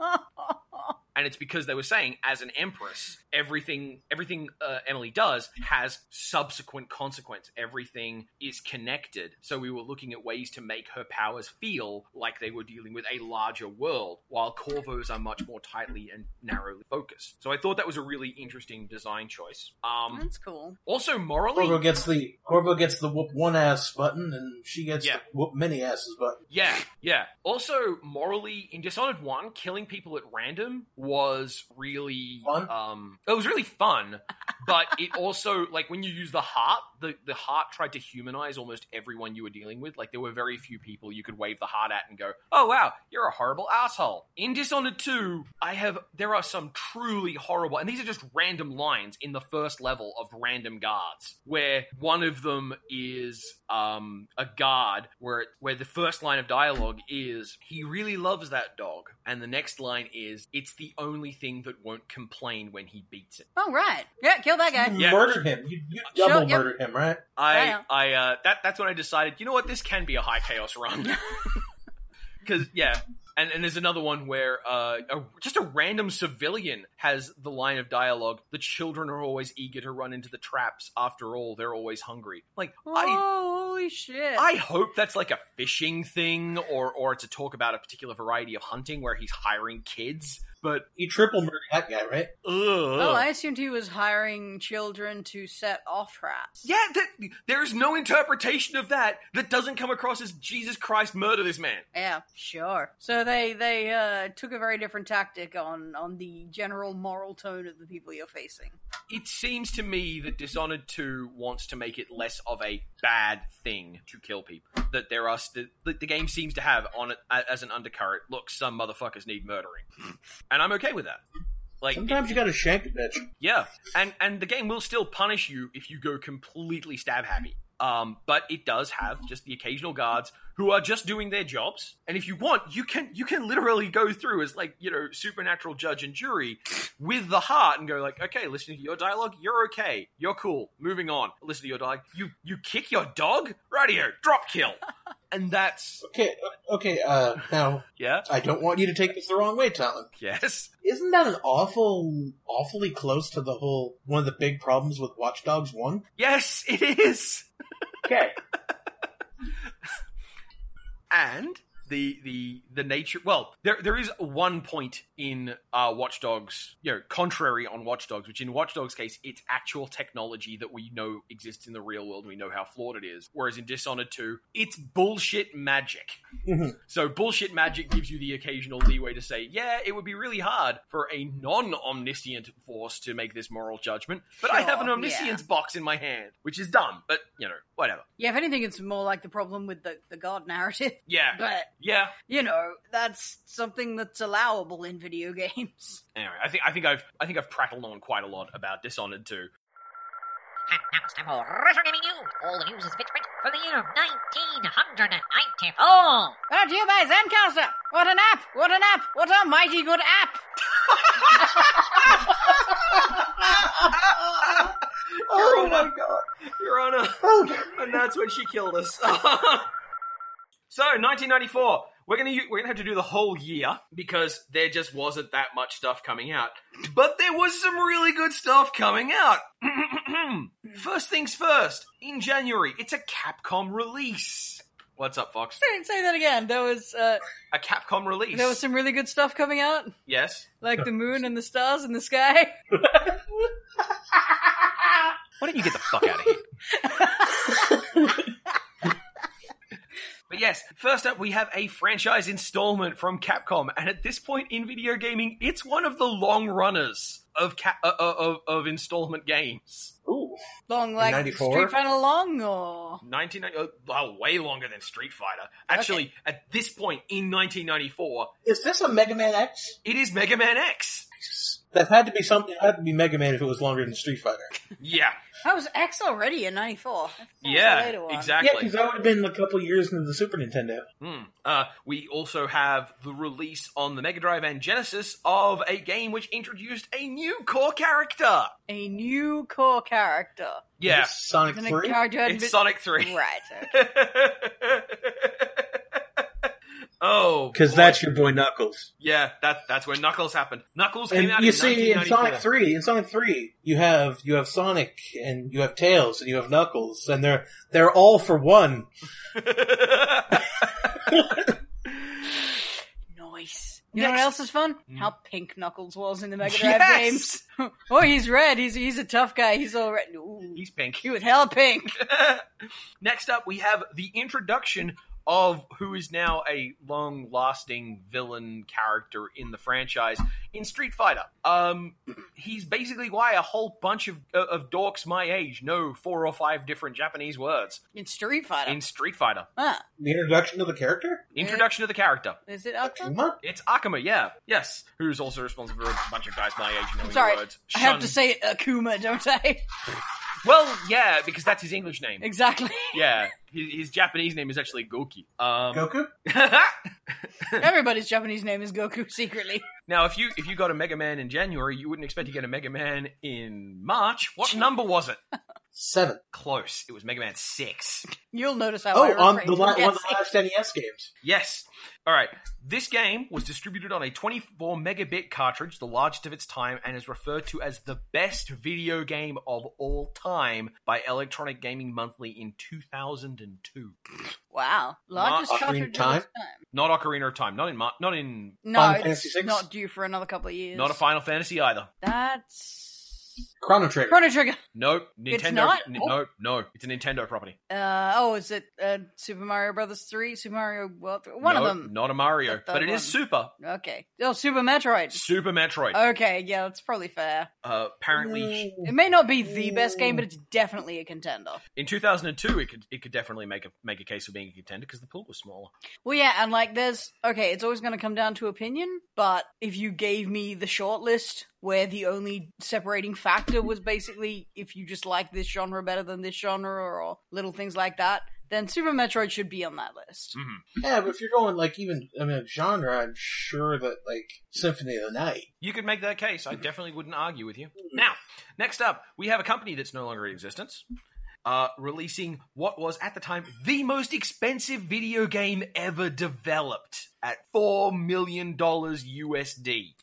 [SPEAKER 1] and it's because they were saying as an empress, everything everything uh, Emily does has subsequent consequence. Everything is connected. So we were looking at ways to make her powers feel like they were dealing with a larger world, while Corvos are much more tightly and narrowly focused. So I thought that was a really interesting design choice. Um,
[SPEAKER 2] That's cool.
[SPEAKER 1] also
[SPEAKER 3] Corvo
[SPEAKER 1] morally,
[SPEAKER 3] gets the Corvo gets the whoop one ass button, and she gets
[SPEAKER 1] Yeah.
[SPEAKER 3] the whoop many asses button.
[SPEAKER 1] yeah, yeah. Also morally, in Dishonored One, killing people at random was really
[SPEAKER 3] Fun?
[SPEAKER 1] Um, it was really fun. but it also like when you use the heart the, the heart tried to humanize almost everyone you were dealing with like there were very few people you could wave the heart at and go oh wow you're a horrible asshole in dishonored 2 i have there are some truly horrible and these are just random lines in the first level of random guards where one of them is um, a guard where it, where the first line of dialogue is he really loves that dog and the next line is it's the only thing that won't complain when he beats it
[SPEAKER 2] Oh right, yeah, kill that guy.
[SPEAKER 3] You
[SPEAKER 1] Yeah.
[SPEAKER 3] murdered him. You, you
[SPEAKER 2] Sure,
[SPEAKER 3] double
[SPEAKER 2] yep.
[SPEAKER 3] murdered him, right?
[SPEAKER 1] I,
[SPEAKER 2] Wow.
[SPEAKER 1] I, uh, that, that's when I decided, you know what, this can be a high chaos run. Cause, yeah. And, and there's another one where, uh, a, just a random civilian has the line of dialogue, the children are always eager to run into the traps. After all, they're always hungry. Like, I,
[SPEAKER 2] Oh, holy shit!
[SPEAKER 1] I hope that's like a fishing thing or, or it's a talk about a particular variety of hunting where he's hiring kids. But,
[SPEAKER 3] You triple murdered that guy, right?
[SPEAKER 1] ugh.
[SPEAKER 2] oh, I assumed he was hiring children to set off rats.
[SPEAKER 1] yeah, that, there's no interpretation of that that doesn't come across as Jesus Christ murder this man.
[SPEAKER 2] Yeah, sure. So they they uh, took a very different tactic on on the general moral tone of the people you're facing.
[SPEAKER 1] it seems to me that Dishonored 2 wants to make it less of a bad thing to kill people. That there are st- that the game seems to have on it a- as an undercurrent. Look, some motherfuckers need murdering, and I'm okay with that. Like, it-
[SPEAKER 3] Sometimes you gotta shank a bitch.
[SPEAKER 1] yeah, and and the game will still punish you if you go completely stab happy. Um, but it does have just the occasional guards who are just doing their jobs. And if you want, you can you can literally go through as like you know supernatural judge and jury with the heart and go like, okay, listen to your dialogue, you're okay, you're cool, moving on. Listen to your dialogue, you you kick your dog, radio, drop kill, and that's
[SPEAKER 3] Okay, okay, uh, now,
[SPEAKER 1] yeah,
[SPEAKER 3] I don't want you to take this the wrong way, Talon.
[SPEAKER 1] yes,
[SPEAKER 3] Isn't that an awful, awfully close to the whole, one of the big problems with Watch Dogs 1?
[SPEAKER 1] yes, it is.
[SPEAKER 3] Okay.
[SPEAKER 1] and the the the nature well there there is one point in uh watchdogs you know contrary on watchdogs which in watchdogs case it's actual technology that we know exists in the real world we know how flawed it is whereas in dishonored 2 it's bullshit magic
[SPEAKER 2] Mm-hmm.
[SPEAKER 3] Mhm.
[SPEAKER 1] so bullshit magic gives you the occasional leeway to say yeah it would be really hard for a non-omniscient force to make this moral judgment but i have an
[SPEAKER 2] Sure,
[SPEAKER 1] omniscience box in my hand which is dumb but you know whatever
[SPEAKER 2] Yeah, if anything, it's more like the problem with the, the God narrative.
[SPEAKER 1] yeah
[SPEAKER 2] But,
[SPEAKER 1] yeah
[SPEAKER 2] you know, that's something that's allowable in video games.
[SPEAKER 1] Anyway, I think I think I've I think I've prattled on quite a lot about Dishonored too.
[SPEAKER 4] And now it's time for Retro Gaming News. All the news is fit for from the year of 1994.
[SPEAKER 2] Oh, do you buy Zencaster? What an app! What an app! What a mighty good app!
[SPEAKER 1] Your
[SPEAKER 3] Oh
[SPEAKER 1] Honor.
[SPEAKER 3] my god.
[SPEAKER 1] Your Honor,
[SPEAKER 3] Oh, God.
[SPEAKER 1] and that's when she killed us. so, 1994. We're gonna u- we're gonna have to do the whole year because there just wasn't that much stuff coming out. But there was some really good stuff coming out. first things first. In January, it's a Capcom release. What's up, Fox?
[SPEAKER 2] Say, say that again. There was uh,
[SPEAKER 1] A Capcom release.
[SPEAKER 2] there was some really good stuff coming out,
[SPEAKER 1] yes.
[SPEAKER 2] like the moon and the stars in the sky.
[SPEAKER 1] Why don't you get the fuck out of here? but yes, first up, we have a franchise installment from Capcom, and at this point in video gaming, it's one of the long runners of ca- uh, uh, of, of installment games.
[SPEAKER 3] Ooh.
[SPEAKER 2] Long like
[SPEAKER 3] 94?
[SPEAKER 2] Street Fighter Long or
[SPEAKER 1] 1990, oh, wow, way longer than Street Fighter. Actually, at this point in 1994,
[SPEAKER 3] Is this a Mega Man X?
[SPEAKER 1] it is Mega Man X.
[SPEAKER 3] That had to be something. It had to be Mega Man if it was longer than Street Fighter.
[SPEAKER 1] Yeah,
[SPEAKER 2] that was X already in '94.
[SPEAKER 1] yeah, exactly.
[SPEAKER 3] Yeah, because that would have been a couple years into the Super Nintendo.
[SPEAKER 1] Hmm. Uh, we also have the release on the Mega Drive and Genesis of a game which introduced a new core character.
[SPEAKER 2] A new core character.
[SPEAKER 1] Yeah,
[SPEAKER 3] Is this Sonic
[SPEAKER 2] And a
[SPEAKER 3] 3?
[SPEAKER 2] character had
[SPEAKER 1] it's
[SPEAKER 2] been-
[SPEAKER 1] Sonic 3.
[SPEAKER 2] Right. okay.
[SPEAKER 1] oh,
[SPEAKER 3] Because
[SPEAKER 1] boy.
[SPEAKER 3] that's your boy Knuckles.
[SPEAKER 1] yeah, that that's when Knuckles happened. Knuckles came
[SPEAKER 3] And
[SPEAKER 1] out
[SPEAKER 3] you
[SPEAKER 1] in
[SPEAKER 3] see, in
[SPEAKER 1] 1994.
[SPEAKER 3] Sonic 3, in Sonic 3, you have, you have Sonic, and you have Tails, and you have Knuckles, and they're, they're all for one.
[SPEAKER 2] Nice. You know what
[SPEAKER 1] Next.
[SPEAKER 2] else is fun?
[SPEAKER 3] Mm.
[SPEAKER 2] How pink Knuckles was in the Mega Drive
[SPEAKER 1] Yes!
[SPEAKER 2] games. oh, he's red. He's he's a tough guy. He's all red. Ooh.
[SPEAKER 1] He's pink.
[SPEAKER 2] He was hella pink.
[SPEAKER 1] Next up, we have the introduction of who is now a long lasting villain character in the franchise in Street Fighter. Um, he's basically why a whole bunch of, uh, of dorks my age know four or five different Japanese words
[SPEAKER 2] In Street Fighter.
[SPEAKER 1] in Street Fighter.
[SPEAKER 2] Ah,
[SPEAKER 3] The introduction of the character?
[SPEAKER 1] Introduction of the character.
[SPEAKER 2] is it Akuma?
[SPEAKER 3] Akuma?
[SPEAKER 1] It's Akuma, yeah. Yes. Who's also responsible for a bunch of guys my age knowing
[SPEAKER 2] Sorry,
[SPEAKER 1] words.
[SPEAKER 2] I have
[SPEAKER 1] Shun.
[SPEAKER 2] to say Akuma, don't I?
[SPEAKER 1] Well, yeah, because that's his English name.
[SPEAKER 2] exactly.
[SPEAKER 1] Yeah. His, his Japanese name is actually Goki. Um,
[SPEAKER 3] Goku?
[SPEAKER 2] Everybody's Japanese name is Goku secretly.
[SPEAKER 1] Now, if you if you got a Mega Man in January, you wouldn't expect to get a Mega Man in March. What number was it?
[SPEAKER 3] Seven.
[SPEAKER 1] Close. It was Mega Man six.
[SPEAKER 2] You'll notice how I
[SPEAKER 3] Oh, on
[SPEAKER 2] reframed
[SPEAKER 3] the
[SPEAKER 2] from
[SPEAKER 3] la- one of the
[SPEAKER 2] guessing.
[SPEAKER 3] last NES games.
[SPEAKER 1] Yes. All right. This game was distributed on a 24 megabit cartridge, the largest of its time, and is referred to as the best video game of all time by Electronic Gaming Monthly in 2002.
[SPEAKER 2] Wow, largest
[SPEAKER 3] Not
[SPEAKER 2] cartridge
[SPEAKER 3] Ocarina of Time?
[SPEAKER 2] of all time.
[SPEAKER 1] Not Ocarina of Time. Not in. Mar- not in.
[SPEAKER 2] No,
[SPEAKER 3] Final
[SPEAKER 2] it's
[SPEAKER 3] Fantasy VI?
[SPEAKER 2] not due for another couple of years.
[SPEAKER 1] Not a Final Fantasy either.
[SPEAKER 2] That's
[SPEAKER 3] Chrono Trigger.
[SPEAKER 2] Chrono Trigger.
[SPEAKER 1] Nope. Nintendo.
[SPEAKER 2] It's not?
[SPEAKER 1] n- no. No. It's a Nintendo property.
[SPEAKER 2] Uh, oh, is it uh, Super Mario Brothers three? Super Mario World? Three? One
[SPEAKER 1] No,
[SPEAKER 2] of them.
[SPEAKER 1] Not a Mario,
[SPEAKER 2] The third
[SPEAKER 1] but it is
[SPEAKER 2] one.
[SPEAKER 1] Super.
[SPEAKER 2] Okay. Oh, Super Metroid.
[SPEAKER 1] Super Metroid.
[SPEAKER 2] Okay, yeah, that's probably fair.
[SPEAKER 1] Uh, apparently,
[SPEAKER 2] It may not be the best game, but it's definitely a contender.
[SPEAKER 1] in 2002, it could it could definitely make a make a case for being a contender because the pool was smaller.
[SPEAKER 2] Well, yeah, and like there's okay, it's always going to come down to opinion, but if you gave me the short list where the only separating factor was basically if you just like this genre better than this genre or, little things like that, then Super Metroid should be on that list.
[SPEAKER 3] Yeah, but if you're going like even I mean genre, I'm sure that like Symphony of the Night.
[SPEAKER 1] You could make that case. I definitely wouldn't argue with you. Now, next up, we have a company that's no longer in existence, uh, releasing what was at the time the most expensive video game ever developed at $4 million USD.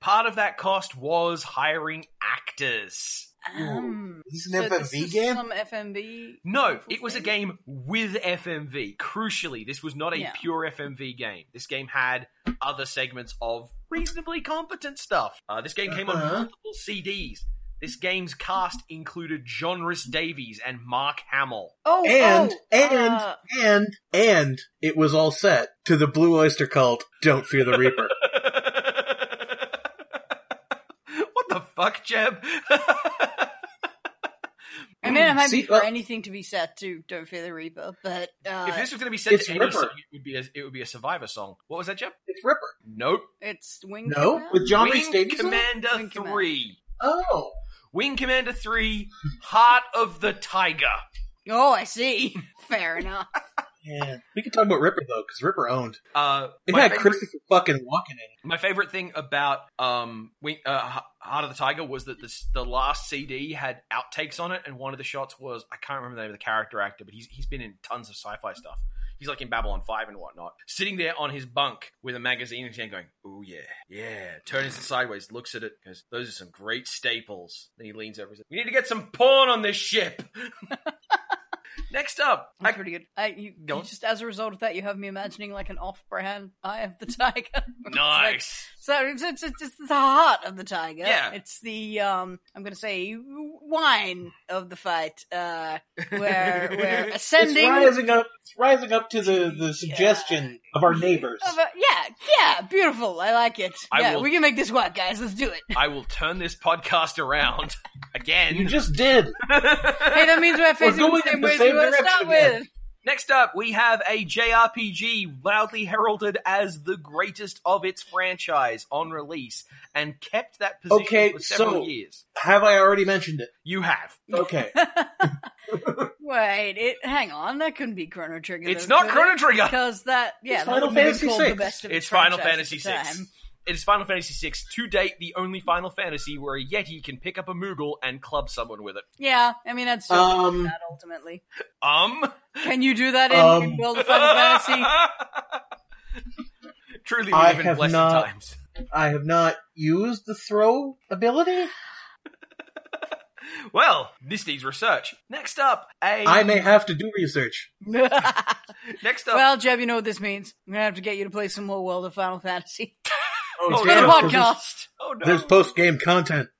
[SPEAKER 1] Part of that cost was hiring actors.
[SPEAKER 2] Um,
[SPEAKER 3] This is
[SPEAKER 2] so
[SPEAKER 3] an
[SPEAKER 2] this
[SPEAKER 3] FMV
[SPEAKER 2] is
[SPEAKER 3] game.
[SPEAKER 2] Some FMV.
[SPEAKER 1] No, it was a game with FMV. Crucially, this was not a
[SPEAKER 2] Yeah.
[SPEAKER 1] pure FMV game. This game had other segments of reasonably competent stuff. Uh, this game came on
[SPEAKER 3] Uh-huh.
[SPEAKER 1] multiple CDs. This game's cast included John Rhys Davies and Mark Hamill.
[SPEAKER 2] Oh,
[SPEAKER 3] And
[SPEAKER 2] oh,
[SPEAKER 3] and
[SPEAKER 2] uh,
[SPEAKER 3] and and it was all set to the Blue Oyster Cult. Don't fear the Reaper.
[SPEAKER 1] what the fuck, Jeb?
[SPEAKER 2] I mean, I'm happy
[SPEAKER 3] See,
[SPEAKER 2] for
[SPEAKER 3] uh,
[SPEAKER 2] anything to be set to Don't Fear the Reaper, but uh,
[SPEAKER 1] if this was going to be said
[SPEAKER 3] It's
[SPEAKER 1] to any
[SPEAKER 3] Ripper.
[SPEAKER 1] song, it would be a, it would be a Survivor song. What was that, Jeb?
[SPEAKER 3] it's Ripper.
[SPEAKER 1] Nope.
[SPEAKER 2] it's Wing
[SPEAKER 3] No,
[SPEAKER 2] Commander?
[SPEAKER 3] with John Reese
[SPEAKER 1] Wing
[SPEAKER 3] Davies. in it?
[SPEAKER 1] Commander
[SPEAKER 2] Wing Commander.
[SPEAKER 1] Three.
[SPEAKER 3] Oh,
[SPEAKER 1] Wing Commander 3, Heart of the Tiger.
[SPEAKER 2] Oh, I see. Fair enough.
[SPEAKER 3] yeah. We can talk about Ripper though, because Ripper owned.
[SPEAKER 1] Uh,
[SPEAKER 3] It
[SPEAKER 1] my,
[SPEAKER 3] had
[SPEAKER 1] favorite,
[SPEAKER 3] Christopher fucking walking in. it.
[SPEAKER 1] my favorite thing about um, Wing, uh, H- Heart of the Tiger was that this, the last CD had outtakes on it, and one of the shots was I can't remember the name of the character actor, but he's, he's been in tons of sci fi stuff. He's like in Babylon 5 and whatnot, sitting there on his bunk with a magazine in his hand going, Oh, yeah, yeah. Turns it sideways, looks at it, goes, Those are some great staples. Then he leans over and says, We need to get some porn on this ship. Next up,
[SPEAKER 2] That's
[SPEAKER 1] I-
[SPEAKER 2] pretty good. I, you,
[SPEAKER 1] Go
[SPEAKER 2] you
[SPEAKER 1] on.
[SPEAKER 2] just as a result of that, you have me imagining like an off-brand Eye of the Tiger. It's like-
[SPEAKER 1] nice.
[SPEAKER 2] so it's, it's, it's, it's the heart of the tiger.
[SPEAKER 1] Yeah.
[SPEAKER 2] It's the um. I'm gonna say wine of the fight. Uh, where we're
[SPEAKER 3] It's
[SPEAKER 2] ascending.
[SPEAKER 3] rising up. It's rising up to the the suggestion of our neighbors.
[SPEAKER 2] of a- yeah, yeah, beautiful. I like it.
[SPEAKER 1] I
[SPEAKER 2] yeah,
[SPEAKER 1] will-
[SPEAKER 2] we can make this work, guys. Let's do it.
[SPEAKER 1] I will turn this podcast around
[SPEAKER 3] You
[SPEAKER 1] again.
[SPEAKER 3] just did.
[SPEAKER 2] Hey, that means we're facing
[SPEAKER 3] going
[SPEAKER 2] the same
[SPEAKER 3] in the
[SPEAKER 2] ways
[SPEAKER 3] same
[SPEAKER 2] we were to start
[SPEAKER 3] direction again.
[SPEAKER 2] with.
[SPEAKER 1] Next up, we have a JRPG loudly heralded as the greatest of its franchise on release and kept that position
[SPEAKER 3] Okay,
[SPEAKER 1] for several
[SPEAKER 3] so-
[SPEAKER 1] years.
[SPEAKER 3] Have I already mentioned it?
[SPEAKER 1] You have.
[SPEAKER 3] Okay.
[SPEAKER 2] Wait, it, hang on. That couldn't be Chrono Trigger.
[SPEAKER 1] It's not Chrono Trigger.
[SPEAKER 2] because that yeah,
[SPEAKER 3] It's
[SPEAKER 2] that
[SPEAKER 3] Final
[SPEAKER 2] wouldn't have been
[SPEAKER 3] Fantasy
[SPEAKER 2] called the
[SPEAKER 3] VI.
[SPEAKER 2] best of
[SPEAKER 1] It's
[SPEAKER 2] its
[SPEAKER 1] Final
[SPEAKER 2] franchise
[SPEAKER 1] Fantasy
[SPEAKER 2] at
[SPEAKER 1] VI.
[SPEAKER 2] the time.
[SPEAKER 1] It is Final Fantasy VI, to date the only Final Fantasy where a Yeti can pick up a Moogle and club someone with it.
[SPEAKER 2] Yeah, I mean that's still
[SPEAKER 3] Um.
[SPEAKER 2] that ultimately.
[SPEAKER 1] Um.
[SPEAKER 2] Can you do that in,
[SPEAKER 3] Um,
[SPEAKER 2] in World of Final Fantasy?
[SPEAKER 1] Truly, we
[SPEAKER 3] I
[SPEAKER 1] live in
[SPEAKER 3] have
[SPEAKER 1] blessed
[SPEAKER 3] not-
[SPEAKER 1] times.
[SPEAKER 3] I have not used the throw ability.
[SPEAKER 1] Well, this needs research. Next up, a
[SPEAKER 3] I may have to do research.
[SPEAKER 1] next up
[SPEAKER 2] well, Jeb, you know what this means. I'm gonna have to get you to play some more World of Final Fantasy
[SPEAKER 3] Oh,
[SPEAKER 1] it's
[SPEAKER 2] for
[SPEAKER 1] yeah,
[SPEAKER 2] the
[SPEAKER 1] of course.
[SPEAKER 2] podcast.
[SPEAKER 1] Oh no.
[SPEAKER 3] There's post game content.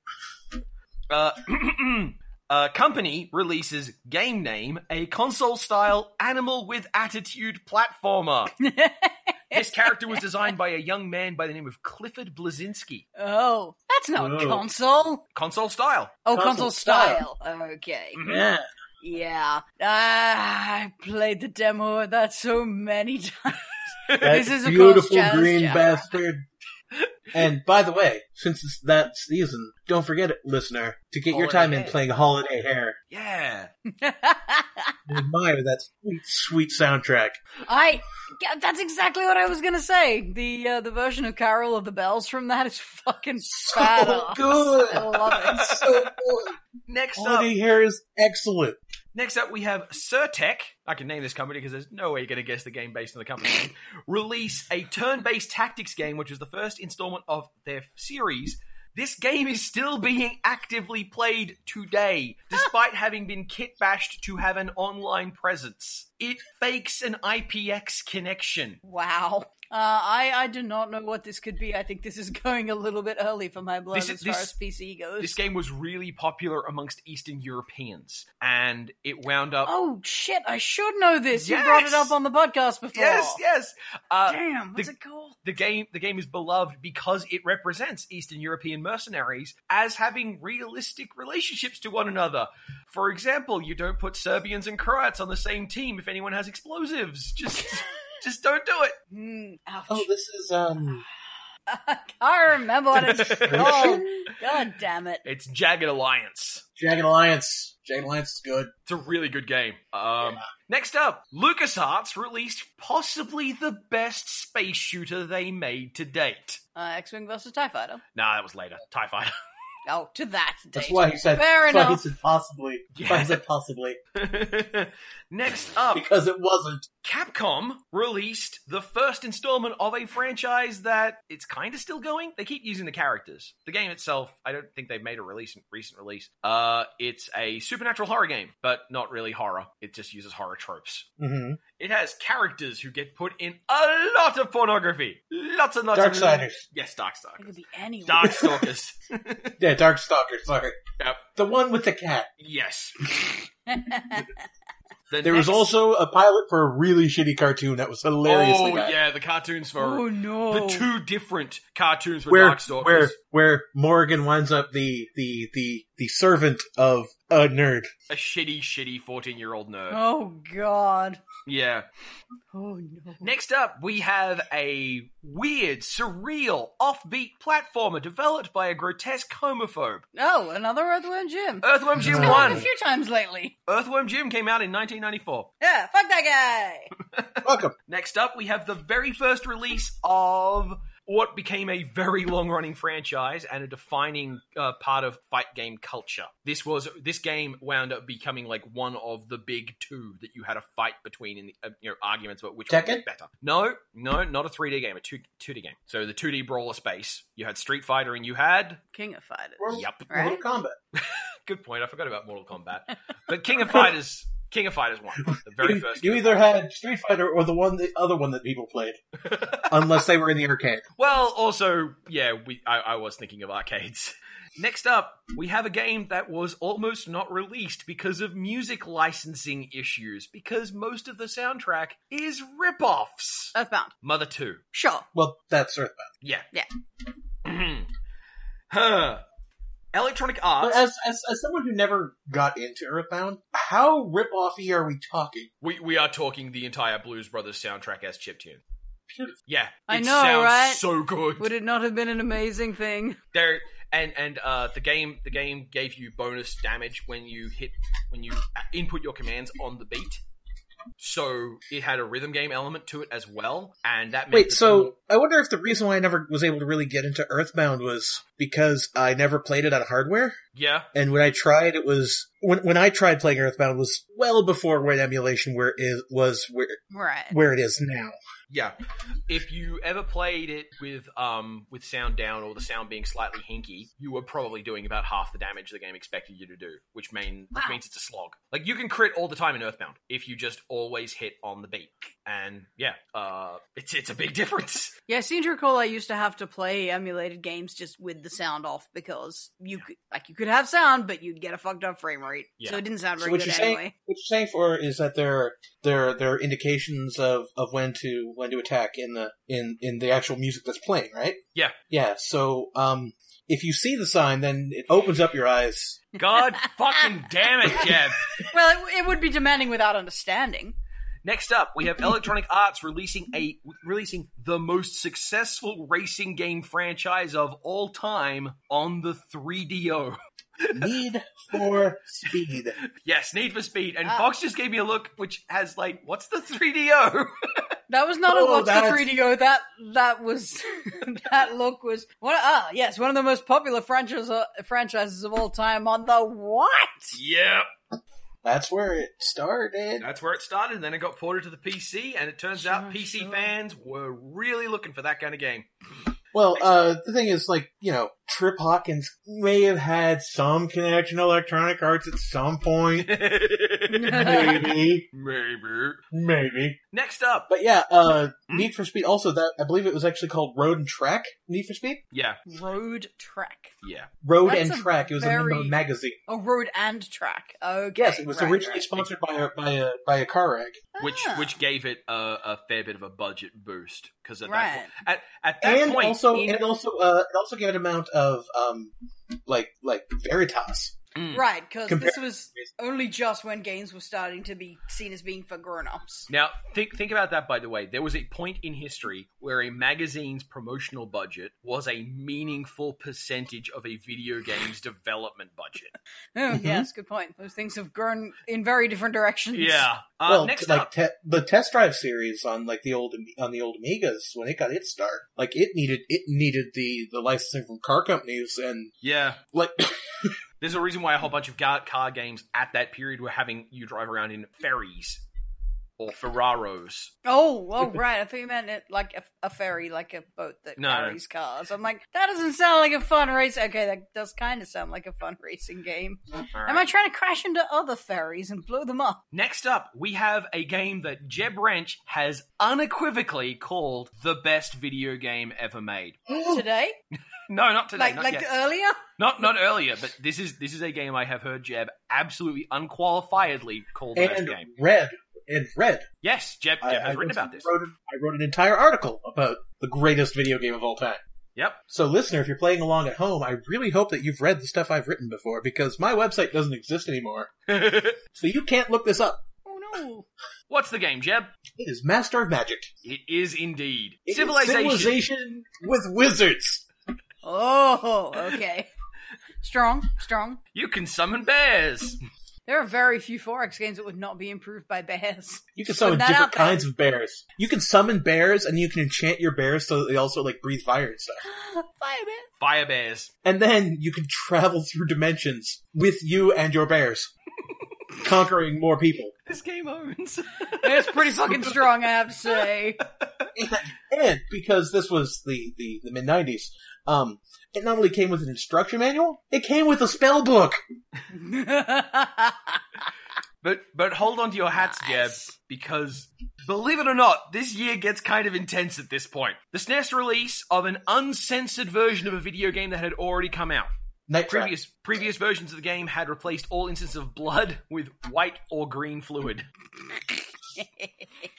[SPEAKER 1] uh, uh, company releases game name a console style animal with attitude platformer. this character was designed by a young man by the name of Clifford Blazinski.
[SPEAKER 2] Oh, that's not
[SPEAKER 3] Oh.
[SPEAKER 2] console.
[SPEAKER 1] Console style.
[SPEAKER 2] Oh, console,
[SPEAKER 3] Console
[SPEAKER 2] style. Okay.
[SPEAKER 1] Mhm.
[SPEAKER 3] Yeah.
[SPEAKER 2] Yeah. Ah, I played the demo of that so many times.
[SPEAKER 3] That
[SPEAKER 2] This is, of
[SPEAKER 3] beautiful
[SPEAKER 2] course, Jazz
[SPEAKER 3] green
[SPEAKER 2] Jazz.
[SPEAKER 3] bastard. And by the way, since it's that season, don't forget it, listener, to get your
[SPEAKER 1] Holiday
[SPEAKER 3] time in
[SPEAKER 1] Hair.
[SPEAKER 3] playing Holiday Hair.
[SPEAKER 1] Yeah.
[SPEAKER 3] Admire that sweet, sweet soundtrack.
[SPEAKER 2] I. yeah, That's exactly what I was gonna say. The uh, the version of Carol of the Bells from that is fucking
[SPEAKER 3] So
[SPEAKER 2] badass.
[SPEAKER 3] good.
[SPEAKER 2] I love it.
[SPEAKER 3] So good.
[SPEAKER 1] Next up,
[SPEAKER 3] Holiday Hair is excellent.
[SPEAKER 1] next up we have Surtech. I can name this company because there's no way you're going to guess the game based on the company name. Release a turn-based tactics game, which was the first installment of their series. This game is still being actively played today, despite having been kit bashed to have an online presence. It fakes an IPX connection.
[SPEAKER 2] Wow. Uh, I I do not know what this could be. I think this is going a little bit early for my blood
[SPEAKER 1] This
[SPEAKER 2] as
[SPEAKER 1] is-
[SPEAKER 2] far
[SPEAKER 1] this-
[SPEAKER 2] as PC goes.
[SPEAKER 1] This game was really popular amongst Eastern Europeans, and it wound up.
[SPEAKER 2] oh shit! I should know this. You brought it
[SPEAKER 1] Yes!
[SPEAKER 2] up on the podcast before.
[SPEAKER 1] yes, yes. Uh,
[SPEAKER 2] Damn. What's
[SPEAKER 1] The-
[SPEAKER 2] it called?
[SPEAKER 1] the game the game is beloved because it represents Eastern European mercenaries as having realistic relationships to one another. For example, you don't put Serbians and Croats on the same team if anyone has explosives. Just just don't do it.
[SPEAKER 2] Hmm, ouch.
[SPEAKER 3] Oh, this is, um.
[SPEAKER 2] I can't remember what it's called. God damn it.
[SPEAKER 1] It's Jagged Alliance.
[SPEAKER 3] Dragon Alliance. Dragon Alliance is good.
[SPEAKER 1] It's a really good game. Um, Next up, LucasArts released possibly the best space shooter they made to date.
[SPEAKER 2] Uh, X-wing versus Tie Fighter.
[SPEAKER 1] Nah, that was later. Tie Fighter.
[SPEAKER 2] Oh, to that date.
[SPEAKER 3] That's why he said.
[SPEAKER 2] Fair
[SPEAKER 3] that's why he
[SPEAKER 2] enough.
[SPEAKER 3] said possibly. That's why he said possibly
[SPEAKER 1] Next up,
[SPEAKER 3] because it wasn't.
[SPEAKER 1] Capcom released the first installment of a franchise that it's kind of still going. They keep using the characters. The game itself, I don't think they've made a release recent release. Uh, it's a supernatural horror game, but not really horror. It just uses horror tropes.
[SPEAKER 3] Mm-hmm.
[SPEAKER 1] It has characters who get put in a lot of pornography. Lots and lots of
[SPEAKER 3] Darksiders.
[SPEAKER 1] Yes,
[SPEAKER 2] It
[SPEAKER 1] Darkstalkers.
[SPEAKER 2] could be anyone.
[SPEAKER 1] Darkstalkers.
[SPEAKER 3] Yeah, Darkstalker. Sorry.
[SPEAKER 1] Yep.
[SPEAKER 3] The one with the cat.
[SPEAKER 1] yes.
[SPEAKER 2] That's
[SPEAKER 1] The
[SPEAKER 3] There was
[SPEAKER 1] next-
[SPEAKER 3] also a pilot for a really shitty cartoon that was hilariously
[SPEAKER 1] Oh
[SPEAKER 3] bad.
[SPEAKER 1] yeah, the cartoons for
[SPEAKER 2] oh no.
[SPEAKER 1] the two different cartoons for
[SPEAKER 3] Where,
[SPEAKER 1] Darkstalkers.
[SPEAKER 3] where where Morgan winds up the the the the servant of a nerd.
[SPEAKER 1] a shitty, shitty 14 year old nerd.
[SPEAKER 2] Oh god.
[SPEAKER 1] Yeah.
[SPEAKER 2] Oh no.
[SPEAKER 1] Next up, we have a weird, surreal, offbeat platformer developed by a grotesque homophobe.
[SPEAKER 2] Oh, another Earthworm Jim.
[SPEAKER 1] Earthworm Jim
[SPEAKER 2] It's
[SPEAKER 3] Uh,
[SPEAKER 2] been
[SPEAKER 3] one.
[SPEAKER 2] on
[SPEAKER 1] 1.
[SPEAKER 2] a few times lately.
[SPEAKER 1] Earthworm Jim came out in 1994.
[SPEAKER 2] Yeah, fuck that guy.
[SPEAKER 3] Fuck 'em.
[SPEAKER 1] Next up, we have the very first release of what became a very long-running franchise and a defining uh, part of fight game culture. This was this game wound up becoming like one of the big two that you had a fight between in the, uh, you know arguments about which one was
[SPEAKER 3] Tekken?
[SPEAKER 1] better. No, no, not a 3D game, a 2 2D game. So the 2D brawler space. You had Street Fighter and you had
[SPEAKER 2] King of Fighters.
[SPEAKER 3] Mortal,
[SPEAKER 1] Yep.
[SPEAKER 3] Mortal
[SPEAKER 2] Right?
[SPEAKER 3] Kombat.
[SPEAKER 1] good point. I forgot about Mortal Kombat. But King of Fighters King of Fighters 1, the very
[SPEAKER 3] You-
[SPEAKER 1] first.
[SPEAKER 3] you
[SPEAKER 1] game.
[SPEAKER 3] either had Street Fighter or the one the other one that people played, unless they were in the arcade.
[SPEAKER 1] Well, also, yeah, we I, I was thinking of arcades. Next up, we have a game that was almost not released because of music licensing issues, because most of the soundtrack is rip-offs.
[SPEAKER 2] Earthbound.
[SPEAKER 1] Mother 2.
[SPEAKER 2] Sure.
[SPEAKER 3] Well, that's Earthbound.
[SPEAKER 1] Yeah.
[SPEAKER 2] Yeah.
[SPEAKER 1] huh. Electronic
[SPEAKER 3] But
[SPEAKER 1] Arts.
[SPEAKER 3] as, as as someone who never got into Earthbound, how rip offy are we talking?
[SPEAKER 1] we, we are talking the entire Blues Brothers soundtrack as chiptune.
[SPEAKER 3] Beautiful.
[SPEAKER 1] Yeah. It
[SPEAKER 2] I know,
[SPEAKER 1] sounds
[SPEAKER 2] right?
[SPEAKER 1] so good.
[SPEAKER 2] Would it not have been an amazing thing?
[SPEAKER 1] there and and uh, the game the game gave you bonus damage when you hit when you uh, input your commands on the beat. So it had a rhythm game element to it as well, and that made
[SPEAKER 3] Wait,
[SPEAKER 1] the-
[SPEAKER 3] so I wonder if the reason why I never was able to really get into Earthbound was because I never played it on hardware,
[SPEAKER 1] yeah
[SPEAKER 3] and when I tried, it was when when I tried playing Earthbound was well before web emulation where it was where
[SPEAKER 2] Right.
[SPEAKER 3] where it is now.
[SPEAKER 1] yeah. If you ever played it with um with sound down or the sound being slightly hinky, you were probably doing about half the damage the game expected you to do, which mean which
[SPEAKER 2] Wow.
[SPEAKER 1] means it's a slog. Like you can crit all the time in Earthbound if you just always hit on the beat, and yeah, uh, it's it's a big difference.
[SPEAKER 2] Yeah, I seem to recall I used to have to play emulated games just with the sound off because you could, like you could have sound, but you'd get a fucked up frame rate,
[SPEAKER 1] Yeah.
[SPEAKER 2] so it didn't sound
[SPEAKER 3] So
[SPEAKER 2] very
[SPEAKER 3] what
[SPEAKER 2] good
[SPEAKER 3] you're saying-
[SPEAKER 2] anyway.
[SPEAKER 3] What you're saying for is that there there there are indications of, of when to when to attack in the in, in the actual music that's playing, right?
[SPEAKER 1] Yeah.
[SPEAKER 3] Yeah. So um, if you see the sign, then it opens up your eyes.
[SPEAKER 1] God fucking damn it, Jeb.
[SPEAKER 2] Well, it, it would be demanding without understanding.
[SPEAKER 1] Next up, we have Electronic Arts releasing a releasing the most successful racing game franchise of all time on the 3DO.
[SPEAKER 3] Need for speed.
[SPEAKER 1] Yes, Need for Speed. And
[SPEAKER 2] Ah.
[SPEAKER 1] Fox just gave me a look which has like, what's the 3DO?
[SPEAKER 2] That was not
[SPEAKER 3] Oh,
[SPEAKER 2] a what's
[SPEAKER 3] that's-
[SPEAKER 2] the 3DO. That that was that look was one. Ah, yes, one of the most popular franchises franchises of all time on the what?
[SPEAKER 1] yeah.
[SPEAKER 3] That's where it started.
[SPEAKER 1] That's where it started, and then it got ported to the PC, and it turns out
[SPEAKER 2] Sure,
[SPEAKER 1] PC
[SPEAKER 2] sure.
[SPEAKER 1] fans were really looking for that kind of game.
[SPEAKER 3] Well, uh, the thing is, like you know, Trip Hawkins may have had some connection to Electronic Arts at some point. Maybe,
[SPEAKER 1] Maybe.
[SPEAKER 3] maybe.
[SPEAKER 1] Next up.
[SPEAKER 3] But yeah, uh,
[SPEAKER 1] Hmm?
[SPEAKER 3] Need for Speed. Also, that I believe it was actually called Road and Track. Need for Speed,
[SPEAKER 1] Yeah,
[SPEAKER 2] Road track.
[SPEAKER 1] yeah.
[SPEAKER 3] Road
[SPEAKER 2] That's
[SPEAKER 3] and
[SPEAKER 2] a
[SPEAKER 3] Track. It was a
[SPEAKER 2] very-
[SPEAKER 3] Nemo magazine.
[SPEAKER 2] Oh, road and track. Okay.
[SPEAKER 3] Yes, it was
[SPEAKER 2] right,
[SPEAKER 3] originally
[SPEAKER 2] right.
[SPEAKER 3] sponsored by a by a by a car wreck.
[SPEAKER 1] Which
[SPEAKER 2] Ah.
[SPEAKER 1] which gave it a, a fair bit of a budget boost because at that
[SPEAKER 2] Right.
[SPEAKER 1] point, at, at that
[SPEAKER 3] And
[SPEAKER 1] point
[SPEAKER 3] also,
[SPEAKER 1] in-
[SPEAKER 3] and also, uh, it also gave an amount of um, like like Veritas.
[SPEAKER 1] Hmm.
[SPEAKER 2] Right, because
[SPEAKER 3] Compare-
[SPEAKER 2] this was only just when games were starting to be seen as being for grown-ups.
[SPEAKER 1] Now, think think about that. By the way, there was a point in history where a magazine's promotional budget was a meaningful percentage of a video game's development budget.
[SPEAKER 2] Oh,
[SPEAKER 3] Mm-hmm.
[SPEAKER 2] yes, good point. Those things have grown in very different directions.
[SPEAKER 1] Yeah. Uh,
[SPEAKER 3] well,
[SPEAKER 1] next
[SPEAKER 3] like
[SPEAKER 1] up,
[SPEAKER 3] te- the test drive series on like the old Ami- on the old Amigas when it got its start, like it needed it needed the the licensing from car companies and
[SPEAKER 1] yeah.
[SPEAKER 3] like
[SPEAKER 1] There's a reason why a whole bunch of ga- car games at that period were having you drive around in ferries or Ferraros.
[SPEAKER 2] Oh, oh, right. I thought you meant it like a, a ferry, like a boat that
[SPEAKER 1] No.
[SPEAKER 2] carries cars. I'm like, that doesn't sound like a fun race. Okay, that does kind of sound like a fun racing game.
[SPEAKER 1] All
[SPEAKER 2] Am I trying to crash into other ferries and blow them up?
[SPEAKER 1] Next up, we have a game that Jeb Wrench has unequivocally called the best video game ever made.
[SPEAKER 2] Today?
[SPEAKER 1] No, not today.
[SPEAKER 2] Like,
[SPEAKER 1] not
[SPEAKER 2] like uh,
[SPEAKER 1] yet.
[SPEAKER 2] earlier?
[SPEAKER 1] Not not earlier, but this is this is a game I have heard Jeb absolutely unqualifiedly call the best
[SPEAKER 3] and
[SPEAKER 1] game.
[SPEAKER 3] red and red.
[SPEAKER 1] Yes, Jeb, Jeb has written
[SPEAKER 3] recently
[SPEAKER 1] about this.
[SPEAKER 3] Wrote, an- I wrote an entire article about the greatest video game of all time.
[SPEAKER 1] Yep.
[SPEAKER 3] So, listener, if you're playing along at home, I really hope that you've read the stuff I've written before because my website doesn't exist anymore, so you can't look this up.
[SPEAKER 2] Oh no.
[SPEAKER 1] What's the game, Jeb?
[SPEAKER 3] It is Master of Magic.
[SPEAKER 1] It is indeed
[SPEAKER 3] It is
[SPEAKER 1] Civilization.
[SPEAKER 3] civilization with wizards.
[SPEAKER 2] Oh, okay. strong, strong.
[SPEAKER 1] You can summon bears.
[SPEAKER 2] There are very few Forex games that would not be improved by bears.
[SPEAKER 3] You can
[SPEAKER 2] Put
[SPEAKER 3] summon
[SPEAKER 2] that
[SPEAKER 3] different
[SPEAKER 2] out there.
[SPEAKER 3] kinds of bears. You can summon bears, and you can enchant your bears so that they also like breathe fire and stuff.
[SPEAKER 2] Fire bear.
[SPEAKER 1] Fire bears.
[SPEAKER 3] And then you can travel through dimensions with you and your bears, conquering more people.
[SPEAKER 1] This game owns.
[SPEAKER 2] It's pretty fucking strong, I have to say.
[SPEAKER 3] And because this was the the, the mid nineties, um, it not only came with an instruction manual, it came with a spell book.
[SPEAKER 1] but but hold on to your hats, Jeb, because believe it or not, this year gets kind of intense at this point. The SNES release of an uncensored version of a video game that had already come out.
[SPEAKER 3] Night Trap.
[SPEAKER 1] Previous previous versions of the game had replaced all instances of blood with white or green fluid.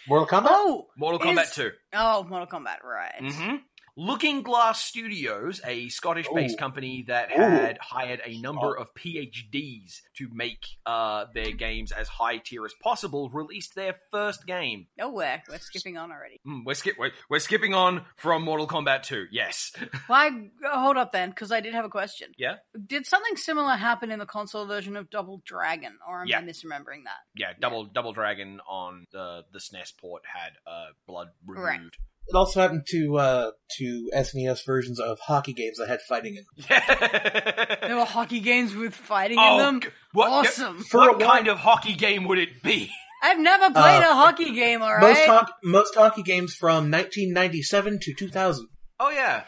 [SPEAKER 3] Mortal Kombat.
[SPEAKER 2] oh!
[SPEAKER 1] Mortal
[SPEAKER 2] It
[SPEAKER 1] Kombat
[SPEAKER 2] is-
[SPEAKER 1] 2.
[SPEAKER 2] Oh, Mortal Kombat, right.
[SPEAKER 1] hmm Looking Glass Studios, a Scottish-based
[SPEAKER 3] Ooh.
[SPEAKER 1] company that
[SPEAKER 3] Ooh.
[SPEAKER 1] had hired a number of PhDs to make uh, their games as high tier as possible, released their first game.
[SPEAKER 2] No way. We're skipping on already.
[SPEAKER 1] Mm, we're, skip- we're, we're skipping on from Mortal Kombat 2. Yes.
[SPEAKER 2] Why? oh, Hold up then, because I did have a question.
[SPEAKER 1] Yeah?
[SPEAKER 2] Did something similar happen in the console version of Double Dragon, or am
[SPEAKER 1] Yeah.
[SPEAKER 2] I misremembering that?
[SPEAKER 1] Yeah, Double Double Dragon on the the SNES port had uh, blood removed.
[SPEAKER 2] Right.
[SPEAKER 3] It also happened to uh to SNES versions of hockey games that had fighting in them.
[SPEAKER 1] Yeah.
[SPEAKER 2] There were hockey games with fighting
[SPEAKER 1] Oh,
[SPEAKER 2] in them.
[SPEAKER 1] g- what-
[SPEAKER 2] awesome!
[SPEAKER 3] For a
[SPEAKER 1] What
[SPEAKER 3] while-
[SPEAKER 1] kind of hockey game would it be?
[SPEAKER 2] I've never played
[SPEAKER 3] Uh,
[SPEAKER 2] a hockey game. All
[SPEAKER 3] Most
[SPEAKER 2] right.
[SPEAKER 3] hockey, most hockey games from 1997 to 2000
[SPEAKER 1] Oh yeah.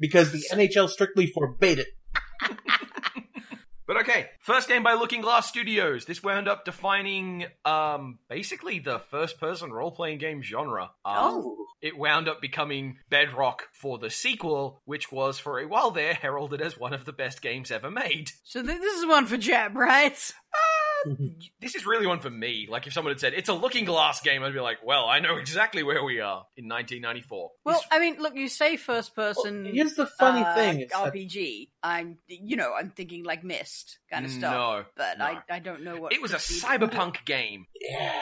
[SPEAKER 3] because the NHL strictly forbade it.
[SPEAKER 1] But okay, first game by Looking Glass Studios. This wound up defining um, basically the first person role playing game genre. Um,
[SPEAKER 2] Oh.
[SPEAKER 1] It wound up becoming bedrock for the sequel, which was for a while there heralded as one of the best games ever made.
[SPEAKER 2] so th- this is one for Jeb, right? Mm.
[SPEAKER 1] This is really one for me. Like, if someone had said, it's a Looking Glass game, I'd be like, well, I know exactly where we are in 1994.
[SPEAKER 2] Well, I mean, look, you say first person.
[SPEAKER 3] Here's the funny
[SPEAKER 2] uh,
[SPEAKER 3] thing: is that
[SPEAKER 2] RPG. I'm, you know, I'm thinking like Mist kind of stuff.
[SPEAKER 1] Mm, No,
[SPEAKER 2] but
[SPEAKER 1] no.
[SPEAKER 2] I, I don't know what
[SPEAKER 1] it was a
[SPEAKER 2] preceded that.
[SPEAKER 1] cyberpunk game.
[SPEAKER 3] Yeah.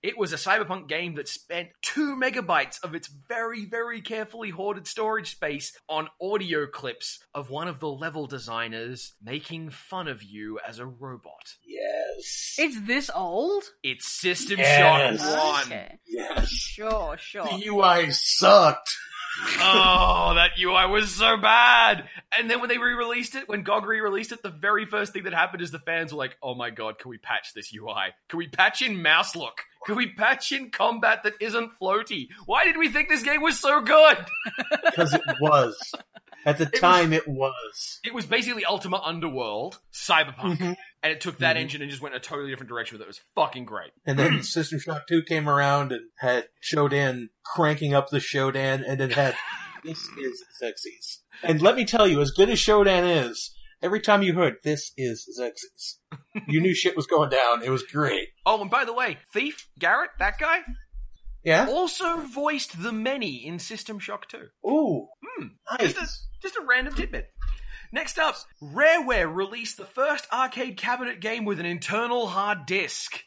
[SPEAKER 1] It was a cyberpunk game that spent two megabytes of its very, very carefully hoarded storage space on audio clips of one of the level designers making fun of you as a robot.
[SPEAKER 3] Yes.
[SPEAKER 2] It's this old?
[SPEAKER 1] It's System
[SPEAKER 3] Yes.
[SPEAKER 1] Shock 1.
[SPEAKER 2] Okay.
[SPEAKER 3] yes.
[SPEAKER 2] Sure, sure.
[SPEAKER 3] The UI sucked.
[SPEAKER 1] Oh, that UI was so bad. And then when they re released it, when GOG re released it, the very first thing that happened is the fans were like, oh my god, can we patch this UI? Can we patch in mouse look? Can we patch in combat that isn't floaty? Why did we think this game was so good?
[SPEAKER 3] Because it was. At the time, it was.
[SPEAKER 1] It was basically Ultima Underworld, Cyberpunk,
[SPEAKER 3] Mhm.
[SPEAKER 1] and it took that
[SPEAKER 3] Mhm.
[SPEAKER 1] engine and just went in a totally different direction with it. It was fucking great.
[SPEAKER 3] And then System Shock 2 came around and had Shodan cranking up the Shodan and it had, this is Xerxes. And let me tell you, as good as Shodan is, every time you heard, this is Xerxes, you knew shit was going down. It was great.
[SPEAKER 1] Oh, and by the way, Thief, Garrett, that guy,
[SPEAKER 3] Yeah?
[SPEAKER 1] also voiced the many in System Shock 2.
[SPEAKER 3] Ooh.
[SPEAKER 1] Hmm.
[SPEAKER 3] Nice.
[SPEAKER 1] Just a, just a random tidbit. Next up, Rareware released the first arcade cabinet game with an internal hard disk.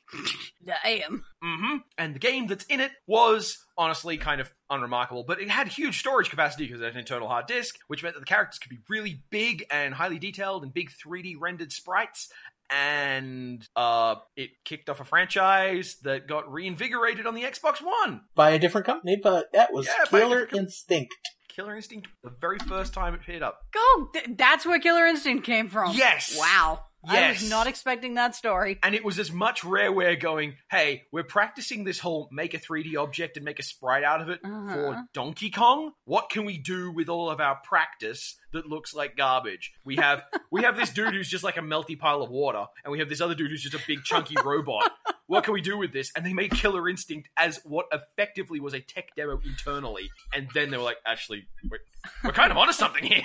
[SPEAKER 2] Damn.
[SPEAKER 1] hmm And the game that's in it was honestly kind of unremarkable, but it had huge storage capacity because it had an internal hard disk, which meant that the characters could be really big and highly detailed and big 3D rendered sprites. And uh, it kicked off a franchise that got reinvigorated on the Xbox One.
[SPEAKER 3] By a different company, but that was
[SPEAKER 1] Yeah, by a
[SPEAKER 3] Killer
[SPEAKER 1] different com-
[SPEAKER 3] Instinct.
[SPEAKER 1] Killer Instinct, the very first time it appeared up.
[SPEAKER 2] Go. Th- that's where Killer Instinct came from.
[SPEAKER 1] Yes.
[SPEAKER 2] Wow. I
[SPEAKER 1] Yes.
[SPEAKER 2] was not expecting that story.
[SPEAKER 1] And it was as much Rareware going, hey, we're practicing this whole make a 3D object and make a sprite out of it
[SPEAKER 2] Uh-huh.
[SPEAKER 1] for Donkey Kong. What can we do with all of our practice that looks like garbage? We have we have this dude who's just like a melty pile of water, and we have this other dude who's just a big chunky robot. What can we do with this? And they made Killer Instinct as what effectively was a tech demo internally, and then they were like, actually, we're, we're kind of onto something here.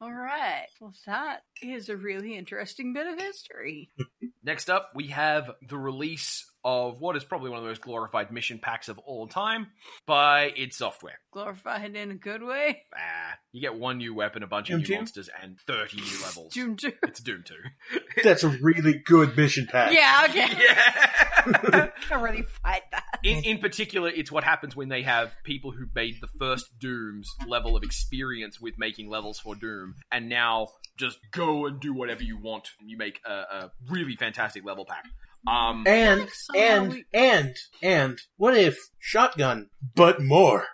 [SPEAKER 2] All right. Well, that is a really interesting bit of history.
[SPEAKER 1] Next up, we have the release of what is probably one of the most glorified mission packs of all time by id Software.
[SPEAKER 2] Glorified in a good way.
[SPEAKER 1] Ah, you get one new weapon, a bunch of
[SPEAKER 3] Doom
[SPEAKER 1] new
[SPEAKER 3] two?
[SPEAKER 1] monsters, and 30 new levels.
[SPEAKER 2] Doom 2.
[SPEAKER 1] It's Doom 2.
[SPEAKER 3] That's a really good mission pack.
[SPEAKER 2] Yeah, okay.
[SPEAKER 1] Yeah.
[SPEAKER 2] Can't really fight that.
[SPEAKER 1] in, in particular, it's what happens when they have people who made the first Doom's level of experience with making levels for Doom, and now just go and do whatever you want. and You make a, a really fantastic level pack. Um,
[SPEAKER 3] And
[SPEAKER 2] Like somehow
[SPEAKER 3] and
[SPEAKER 2] we-
[SPEAKER 3] and and what if shotgun? But more.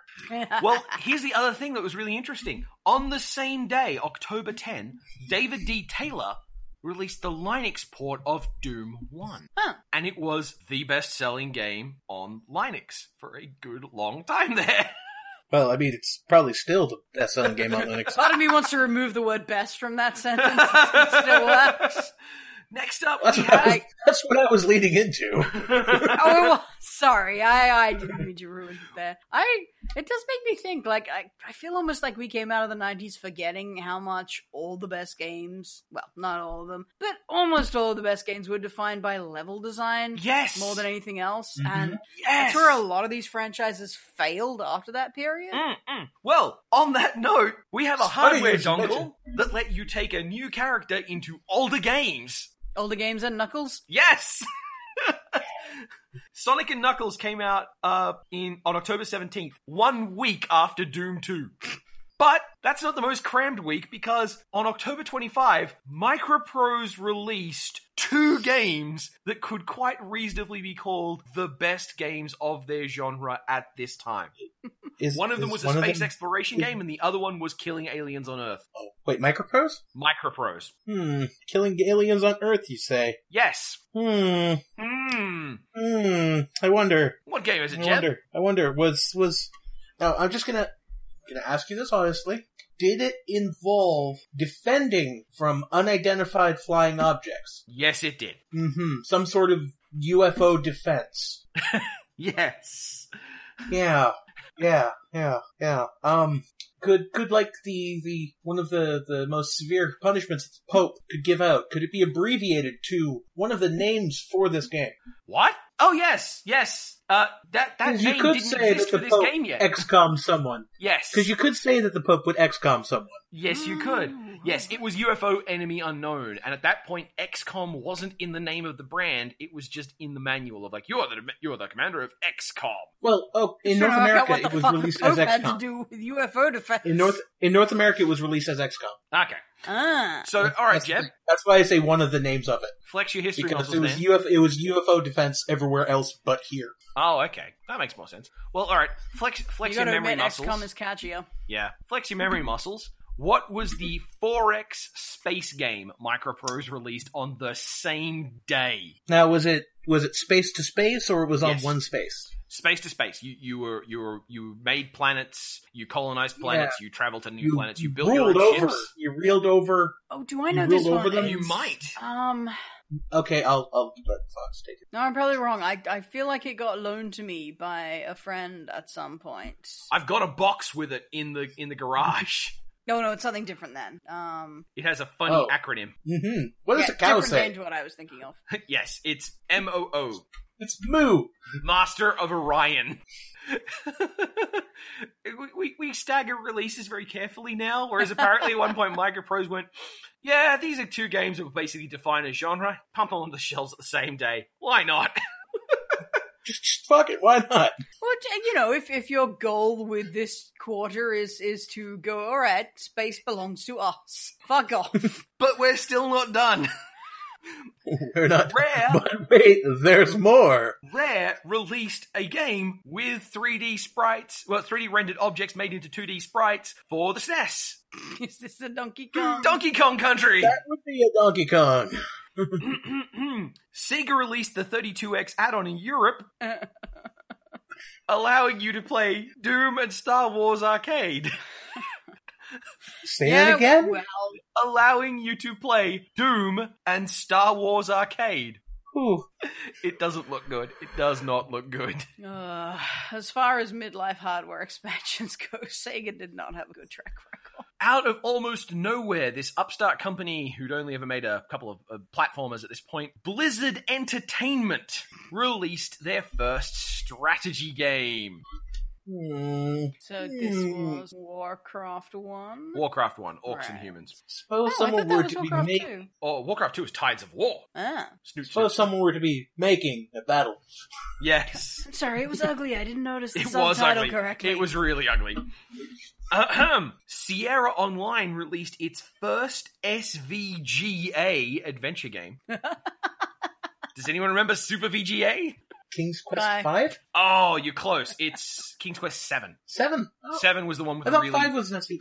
[SPEAKER 1] well, here's the other thing that was really interesting. On the same day, October 10, David D. Taylor released the Linux port of Doom 1.
[SPEAKER 2] Huh.
[SPEAKER 1] And it was the best selling game on Linux for a good long time there.
[SPEAKER 3] Well, I mean, it's probably still the best selling game on Linux.
[SPEAKER 2] Part of me wants to remove the word best from that sentence. It still works.
[SPEAKER 1] Next up,
[SPEAKER 3] That's
[SPEAKER 1] we
[SPEAKER 3] what, I was,
[SPEAKER 1] have.
[SPEAKER 3] that's what I was leading into.
[SPEAKER 2] Oh, it was- sorry. I, I didn't mean to ruin it there. I it does make me think. Like I, I feel almost like we came out of the '90s forgetting how much all the best games, well, not all of them, but almost all of the best games were defined by level design
[SPEAKER 1] yes. Mm-hmm.
[SPEAKER 2] more than anything else,
[SPEAKER 3] Mhm.
[SPEAKER 2] and
[SPEAKER 1] yes.
[SPEAKER 2] that's where a lot of these franchises failed after that period.
[SPEAKER 1] Mm. Mm-mm. Well, on that note, we have a
[SPEAKER 3] It's funny
[SPEAKER 1] hardware
[SPEAKER 3] you should
[SPEAKER 1] dongle
[SPEAKER 3] mention.
[SPEAKER 1] that let you take a new character into older games.
[SPEAKER 2] Older games and Knuckles.
[SPEAKER 1] Yes. Sonic and Knuckles came out uh, in on October 17th, one week after Doom 2. But that's not the most crammed week because on October 25, Microprose released two games that could quite reasonably be called the best games of their genre at this time.
[SPEAKER 3] Is,
[SPEAKER 1] One of them
[SPEAKER 3] is
[SPEAKER 1] was a
[SPEAKER 3] one of
[SPEAKER 1] space
[SPEAKER 3] them-
[SPEAKER 1] exploration game, and the other one was killing aliens on Earth.
[SPEAKER 3] oh, wait, microprose?
[SPEAKER 1] Microprose.
[SPEAKER 3] Hmm. Killing aliens on Earth, you say?
[SPEAKER 1] Yes.
[SPEAKER 3] Hmm.
[SPEAKER 1] Hmm.
[SPEAKER 3] Hmm. I wonder.
[SPEAKER 1] What game is it,
[SPEAKER 3] I
[SPEAKER 1] Jeb?
[SPEAKER 3] wonder. I wonder. Was was? Now I'm just gonna gonna ask you this honestly. Did it involve defending from unidentified flying objects?
[SPEAKER 1] Yes, it did.
[SPEAKER 3] Mm-hmm. Some sort of UFO defense.
[SPEAKER 1] Yes.
[SPEAKER 3] Yeah. Yeah. Yeah. Yeah. Um. Could could like the the one of the the most severe punishments that the Pope could give out? Could it be abbreviated to one of the names for this game?
[SPEAKER 1] What? Oh yes, yes. Uh, that that
[SPEAKER 3] you
[SPEAKER 1] name
[SPEAKER 3] could
[SPEAKER 1] didn't
[SPEAKER 3] say
[SPEAKER 1] exist for
[SPEAKER 3] that the
[SPEAKER 1] this
[SPEAKER 3] Pope
[SPEAKER 1] game yet.
[SPEAKER 3] excom someone
[SPEAKER 1] yes,
[SPEAKER 3] because you could say that the Pope would excom someone.
[SPEAKER 1] yes, you could.
[SPEAKER 2] Ooh.
[SPEAKER 1] Yes, it was UFO enemy unknown, and at that point, XCOM wasn't in the name of the brand; it was just in the manual of like you're the you're the commander of XCOM.
[SPEAKER 3] Well, oh, in
[SPEAKER 2] Sure,
[SPEAKER 3] North
[SPEAKER 2] I forgot
[SPEAKER 3] America,
[SPEAKER 2] what the
[SPEAKER 3] it was
[SPEAKER 2] fuck
[SPEAKER 3] released
[SPEAKER 2] the
[SPEAKER 3] as
[SPEAKER 2] Pope had to
[SPEAKER 3] XCOM.
[SPEAKER 2] do with UFO defense.
[SPEAKER 3] In North in North America, it was released as XCOM.
[SPEAKER 1] Okay,
[SPEAKER 2] Ah.
[SPEAKER 1] so all right,
[SPEAKER 3] that's,
[SPEAKER 1] Jeb,
[SPEAKER 3] that's why I say one of the names of it
[SPEAKER 1] flex your history
[SPEAKER 3] because it
[SPEAKER 1] muscles
[SPEAKER 3] was
[SPEAKER 1] there.
[SPEAKER 3] UFO, it was UFO defense everywhere else but here.
[SPEAKER 1] oh, okay, that makes more sense. Well, all right, flex flex
[SPEAKER 2] You
[SPEAKER 1] your
[SPEAKER 2] gotta
[SPEAKER 1] memory
[SPEAKER 2] admit,
[SPEAKER 1] muscles.
[SPEAKER 2] XCOM is catchier.
[SPEAKER 1] Yeah, flex your memory muscles. What was the 4X space game Microprose released on the same day?
[SPEAKER 3] Now, was it was it space to space or it was on
[SPEAKER 1] Yes.
[SPEAKER 3] one space?
[SPEAKER 1] space to space. You you were you were you made planets, you colonized planets, you traveled to new planets, you built your
[SPEAKER 3] ruled
[SPEAKER 1] own
[SPEAKER 3] over.
[SPEAKER 1] ships.
[SPEAKER 3] You reeled over.
[SPEAKER 2] Oh, do I
[SPEAKER 3] You
[SPEAKER 2] know this
[SPEAKER 3] ruled
[SPEAKER 2] one?
[SPEAKER 3] over them?
[SPEAKER 1] You
[SPEAKER 3] It's-
[SPEAKER 1] might.
[SPEAKER 2] Um,
[SPEAKER 3] Okay, I'll I'll let Fox take it.
[SPEAKER 2] no, I'm probably wrong. I, I feel like it got loaned to me by a friend at some point.
[SPEAKER 1] I've got a box with it in the in the garage.
[SPEAKER 2] No, no, it's something different then. Um,
[SPEAKER 1] It has a funny
[SPEAKER 3] Oh.
[SPEAKER 1] acronym.
[SPEAKER 3] Mm-hmm. What does
[SPEAKER 2] yeah,
[SPEAKER 3] a cow
[SPEAKER 2] different
[SPEAKER 3] say?
[SPEAKER 2] name to what I was thinking of.
[SPEAKER 1] yes, it's M O O.
[SPEAKER 3] It's Moo.
[SPEAKER 1] Master of Orion. we, we, we stagger releases very carefully now, whereas apparently at one point Microprose went, yeah, these are two games that will basically define a genre. Pump them on the shelves at the same day. Why not?
[SPEAKER 3] Just, just fuck it. Why not?
[SPEAKER 2] Well, j- you know, if, if your goal with this quarter is is to go, all right, space belongs to us. Fuck off.
[SPEAKER 1] But we're still not done.
[SPEAKER 3] We're not.
[SPEAKER 1] Rare
[SPEAKER 3] But wait, there's more.
[SPEAKER 1] Rare released a game with 3D sprites, well, 3D rendered objects made into 2D sprites for the SNES.
[SPEAKER 2] is this a Donkey Kong?
[SPEAKER 1] Donkey Kong Country.
[SPEAKER 3] That would be a Donkey Kong.
[SPEAKER 1] Sega released the 32X add-on in Europe, allowing you to play Doom and Star Wars Arcade.
[SPEAKER 3] Say
[SPEAKER 2] Yeah,
[SPEAKER 3] that again.
[SPEAKER 2] Well,
[SPEAKER 1] allowing you to play Doom and Star Wars Arcade.
[SPEAKER 3] Ooh.
[SPEAKER 1] It doesn't look good. It does not look good.
[SPEAKER 2] uh, as far as midlife hardware expansions go, Sega did not have a good track record.
[SPEAKER 1] Out of almost nowhere, this upstart company who'd only ever made a couple of, of platformers at this point, Blizzard Entertainment, released their first strategy game.
[SPEAKER 3] Hmm.
[SPEAKER 2] So this
[SPEAKER 3] Hmm.
[SPEAKER 2] was Warcraft One.
[SPEAKER 1] Warcraft 1, Orcs and
[SPEAKER 2] Right.
[SPEAKER 1] Humans.
[SPEAKER 3] Suppose
[SPEAKER 2] Oh, I
[SPEAKER 3] someone
[SPEAKER 2] thought that
[SPEAKER 3] were
[SPEAKER 2] was
[SPEAKER 3] to be
[SPEAKER 2] Warcraft
[SPEAKER 3] making.
[SPEAKER 2] Two.
[SPEAKER 1] Or Oh, Warcraft 2 is Tides of War.
[SPEAKER 2] Ah,
[SPEAKER 1] Snoot,
[SPEAKER 3] Suppose
[SPEAKER 1] snoot.
[SPEAKER 3] someone were to be making a battle.
[SPEAKER 1] Yes.
[SPEAKER 2] I'm sorry, it was ugly. I didn't notice the
[SPEAKER 1] It was
[SPEAKER 2] subtitle
[SPEAKER 1] ugly.
[SPEAKER 2] correctly.
[SPEAKER 1] It was really ugly. Ahem. Sierra Online released its first SVGA adventure game. Does anyone remember Super VGA?
[SPEAKER 3] King's Quest
[SPEAKER 2] Bye.
[SPEAKER 3] Five,
[SPEAKER 1] Oh, you're close. It's King's Quest Seven.
[SPEAKER 3] Seven. Oh,
[SPEAKER 1] Seven was the one with
[SPEAKER 3] I
[SPEAKER 1] the
[SPEAKER 3] thought
[SPEAKER 1] really
[SPEAKER 3] five was an SVG.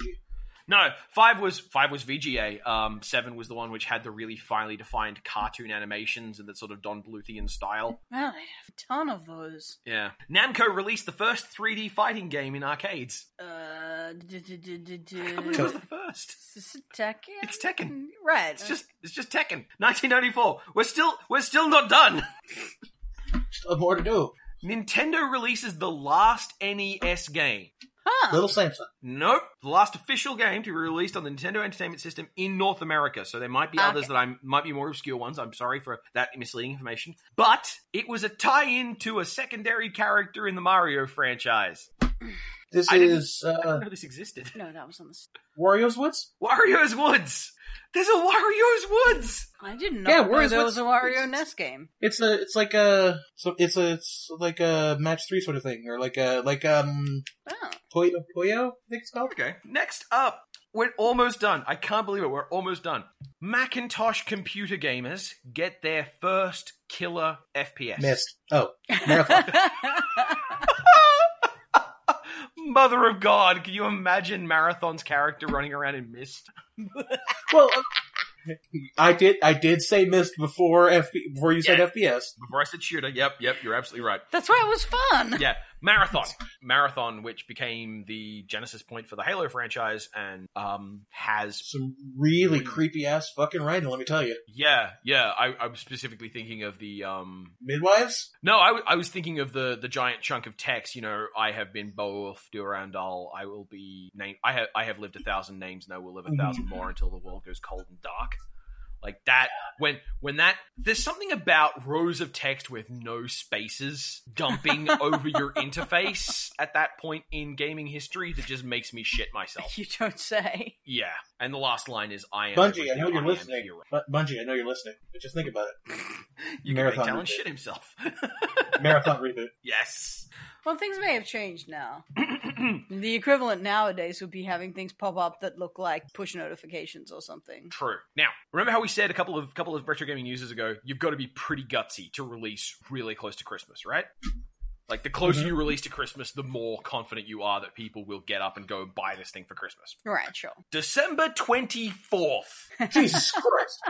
[SPEAKER 1] no five was five was VGA. Um, seven was the one which had the really finely defined cartoon animations and that sort of Don Bluthian style.
[SPEAKER 2] Wow, they have a ton of those.
[SPEAKER 1] Yeah. Namco released the first 3D fighting game in arcades.
[SPEAKER 2] Uh, d- d- d- d- d-
[SPEAKER 1] It was the first.
[SPEAKER 2] Is this a Tekken?
[SPEAKER 1] It's Tekken.
[SPEAKER 2] Right.
[SPEAKER 1] It's just it's just Tekken. 1994. We're still we're still not done.
[SPEAKER 3] Still more to do.
[SPEAKER 1] Nintendo releases the last NES game.
[SPEAKER 2] Huh.
[SPEAKER 3] Little Samson.
[SPEAKER 1] Nope, the last official game to be released on the Nintendo Entertainment System in North America. So there might be
[SPEAKER 2] Okay.
[SPEAKER 1] others that I might be more obscure ones. I'm sorry for that misleading information. But it was a tie-in to a secondary character in the Mario franchise.
[SPEAKER 3] This
[SPEAKER 1] I didn't-
[SPEAKER 3] is
[SPEAKER 1] I didn't
[SPEAKER 3] uh,
[SPEAKER 1] know this existed.
[SPEAKER 2] No, that was on the. s-
[SPEAKER 3] Wario's Woods.
[SPEAKER 1] Wario's Woods. There's a Wario's Woods.
[SPEAKER 2] I didn't know
[SPEAKER 3] Yeah,
[SPEAKER 2] yeah,
[SPEAKER 3] where's-
[SPEAKER 2] there was a
[SPEAKER 3] what's-
[SPEAKER 2] Wario NES game.
[SPEAKER 3] It's a. It's like a. So it's a. It's like a match three sort of thing, or like a like um
[SPEAKER 2] Oh.
[SPEAKER 3] Puyo Puyo. I think it's called.
[SPEAKER 1] Okay. Next up, we're almost done. I can't believe it. We're almost done. Macintosh computer gamers get their first killer FPS.
[SPEAKER 3] Missed. Oh, marathon.
[SPEAKER 1] Mother of God, can you imagine Marathon's character running around in mist?
[SPEAKER 3] Well, uh, I did. I did say missed before FP, before you said
[SPEAKER 1] Yeah.
[SPEAKER 3] FPS.
[SPEAKER 1] Before I said shooter, yep, yep, you're absolutely right.
[SPEAKER 2] That's why it was fun.
[SPEAKER 1] Yeah, Marathon. Marathon, which became the genesis point for the Halo franchise and um, has
[SPEAKER 3] Some really
[SPEAKER 1] Really?
[SPEAKER 3] creepy ass fucking writing. Let me tell you,
[SPEAKER 1] yeah, yeah. I, I was specifically thinking of the um,
[SPEAKER 3] midwives.
[SPEAKER 1] No, I, w- I was thinking of the the giant chunk of text. You know, I have been Beowulf Durandal. I will be named. I have I have lived a thousand names, and I will live a thousand
[SPEAKER 3] Mm-hmm.
[SPEAKER 1] more until the world goes cold and dark. Like that. When when that there's something about rows of text with no spaces dumping over your interface at that point in gaming history that just makes me shit myself.
[SPEAKER 2] You don't say.
[SPEAKER 1] Yeah, and the last line is I am.
[SPEAKER 3] Bungie, I
[SPEAKER 1] everything
[SPEAKER 3] know you're
[SPEAKER 1] am
[SPEAKER 3] listening.
[SPEAKER 1] hero."
[SPEAKER 3] Bu- Bungie, I know you're listening. But just think about it.
[SPEAKER 1] You can make
[SPEAKER 3] Marathon
[SPEAKER 1] Talon
[SPEAKER 3] reboot.
[SPEAKER 1] shit himself.
[SPEAKER 3] Marathon reboot.
[SPEAKER 1] yes.
[SPEAKER 2] Well, things may have changed now. the equivalent nowadays would be having things pop up that look like push notifications or something.
[SPEAKER 1] True. Now, remember how we said a couple of couple of retro gaming users ago, you've got to be pretty gutsy to release really close to Christmas, right? Like the closer
[SPEAKER 3] Mhm.
[SPEAKER 1] you release to Christmas, the more confident you are that people will get up and go and buy this thing for Christmas.
[SPEAKER 2] Right, sure.
[SPEAKER 1] December 24th.
[SPEAKER 3] Jesus Christ.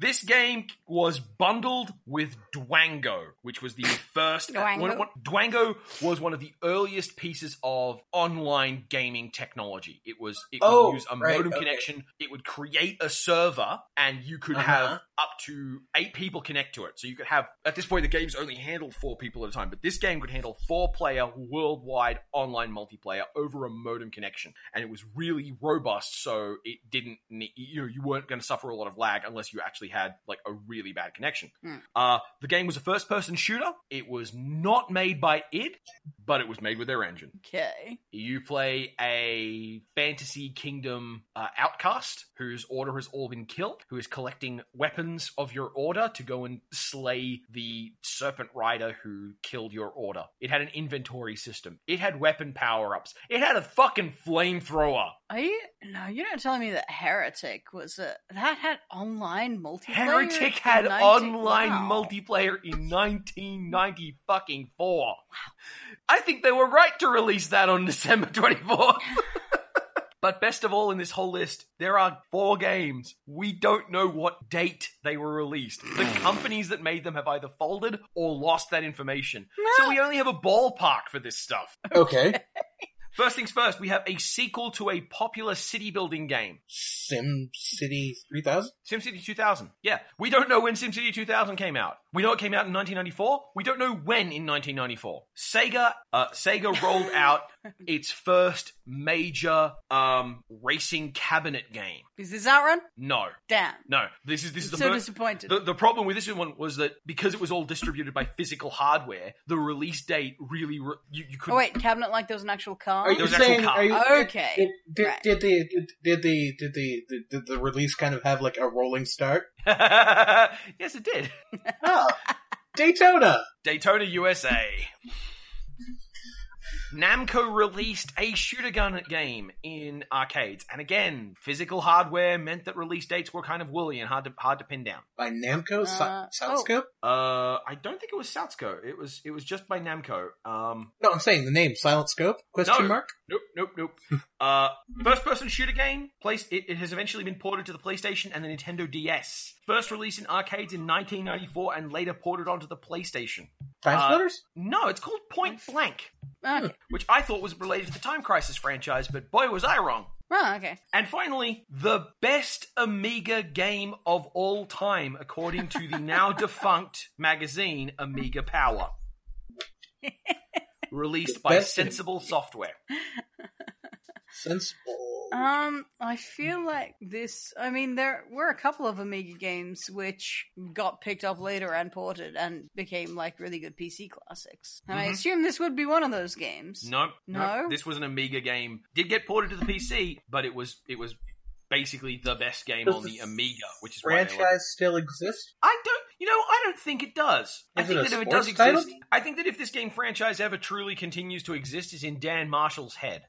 [SPEAKER 1] This game was bundled with Dwango, which was the first.
[SPEAKER 2] Dwango.
[SPEAKER 1] one- one- Dwango was one of the earliest pieces of online gaming technology. It was it would
[SPEAKER 3] Oh,
[SPEAKER 1] use a
[SPEAKER 3] right,
[SPEAKER 1] modem
[SPEAKER 3] okay.
[SPEAKER 1] connection. It would create a server, and you could
[SPEAKER 3] Uh-huh.
[SPEAKER 1] have up to eight people connect to it. So you could have at this point the game's only handled four people at a time, but this game could handle four-player worldwide online multiplayer over a modem connection, and it was really robust. So it didn't ne- you know you weren't going to suffer a lot of lag unless you actually actually had like a really bad connection.
[SPEAKER 2] Hmm.
[SPEAKER 1] Uh, the game was a first person shooter. It was not made by id, but it was made with their engine.
[SPEAKER 2] Okay.
[SPEAKER 1] You play a fantasy kingdom uh, outcast whose order has all been killed, who is collecting weapons of your order to go and slay the serpent rider who killed your order. It had an inventory system, it had weapon power ups, it had a fucking flamethrower.
[SPEAKER 2] Are you? No, you're not telling me that Heretic was a that had online multiplayer.
[SPEAKER 1] Heretic
[SPEAKER 2] in
[SPEAKER 1] had
[SPEAKER 2] 19
[SPEAKER 1] online
[SPEAKER 2] wow.
[SPEAKER 1] multiplayer in 1990 fucking four. I think they were right to release that on December 24th. but best of all in this whole list, there are four games. We don't know what date they were released. The companies that made them have either folded or lost that information. So we only have a ballpark for this stuff.
[SPEAKER 3] Okay.
[SPEAKER 1] First things first, we have a sequel to a popular city building game.
[SPEAKER 3] Sim City 3000?
[SPEAKER 1] SimCity 2000. Yeah. We don't know when SimCity 2000 came out. We know it came out in 1994. We don't know when in 1994. Sega, uh, Sega rolled out its first major, um, racing cabinet game.
[SPEAKER 2] Is this Outrun?
[SPEAKER 1] No.
[SPEAKER 2] Damn.
[SPEAKER 1] No. This is, this is the
[SPEAKER 2] so
[SPEAKER 1] fir-
[SPEAKER 2] disappointed.
[SPEAKER 1] the, the problem with this one was that because it was all distributed by physical hardware, the release date really re- you, you
[SPEAKER 2] oh
[SPEAKER 1] couldn't.
[SPEAKER 2] wait, cabinet like there was an actual car.
[SPEAKER 3] Are
[SPEAKER 1] There
[SPEAKER 3] you
[SPEAKER 1] was actual
[SPEAKER 3] saying?
[SPEAKER 1] cop.
[SPEAKER 3] Are you,
[SPEAKER 2] Okay,
[SPEAKER 3] Did, did,
[SPEAKER 2] right.
[SPEAKER 3] did, the, did the did the did- did the release kind of have like a rolling start?
[SPEAKER 1] yes, it did.
[SPEAKER 3] Oh, Daytona.
[SPEAKER 1] Daytona, USA. Namco released a shooter gun game in arcades, and again, physical hardware meant that release dates were kind of woolly and hard to hard to pin down.
[SPEAKER 3] by Namco Sa-
[SPEAKER 2] Uh,
[SPEAKER 3] South
[SPEAKER 2] oh.
[SPEAKER 3] Scope?
[SPEAKER 1] Uh, I don't think it was Satsuko. It was it was just by Namco. Um,
[SPEAKER 3] No, I'm saying the name Silent Scope? Question
[SPEAKER 1] No.
[SPEAKER 3] mark?
[SPEAKER 1] nope, nope, nope. uh, first person shooter game. Place it, it has eventually been ported to the PlayStation and the Nintendo DS. First released in arcades in 1994, and later ported onto the PlayStation.
[SPEAKER 3] Time
[SPEAKER 1] Uh,
[SPEAKER 3] splitters?
[SPEAKER 1] No, it's called Point Blank.
[SPEAKER 2] okay.
[SPEAKER 1] which I thought was related to the Time Crisis franchise, but boy, was I wrong.
[SPEAKER 2] Oh, okay.
[SPEAKER 1] And finally, the best Amiga game of all time, according to the now defunct magazine Amiga Power. Released by
[SPEAKER 3] best-
[SPEAKER 1] Sensible Software.
[SPEAKER 3] Sensible.
[SPEAKER 2] Um, I feel like this. I mean, there were a couple of Amiga games which got picked up later and ported and became like really good PC classics. And I
[SPEAKER 1] Mhm.
[SPEAKER 2] assume this would be one of those games.
[SPEAKER 1] Nope,
[SPEAKER 2] No?
[SPEAKER 1] nope. This was an Amiga game. Did get ported to the PC, but it was it was basically the best game
[SPEAKER 3] Does
[SPEAKER 1] on the
[SPEAKER 3] the
[SPEAKER 1] Amiga, which is why they love it.
[SPEAKER 3] Franchise still exists?
[SPEAKER 1] I don't. You know, I don't think it does. I
[SPEAKER 3] Is
[SPEAKER 1] think
[SPEAKER 3] it a
[SPEAKER 1] that if it does
[SPEAKER 3] sports title?
[SPEAKER 1] exist, I think that if this game franchise ever truly continues to exist, is in Dan Marshall's head.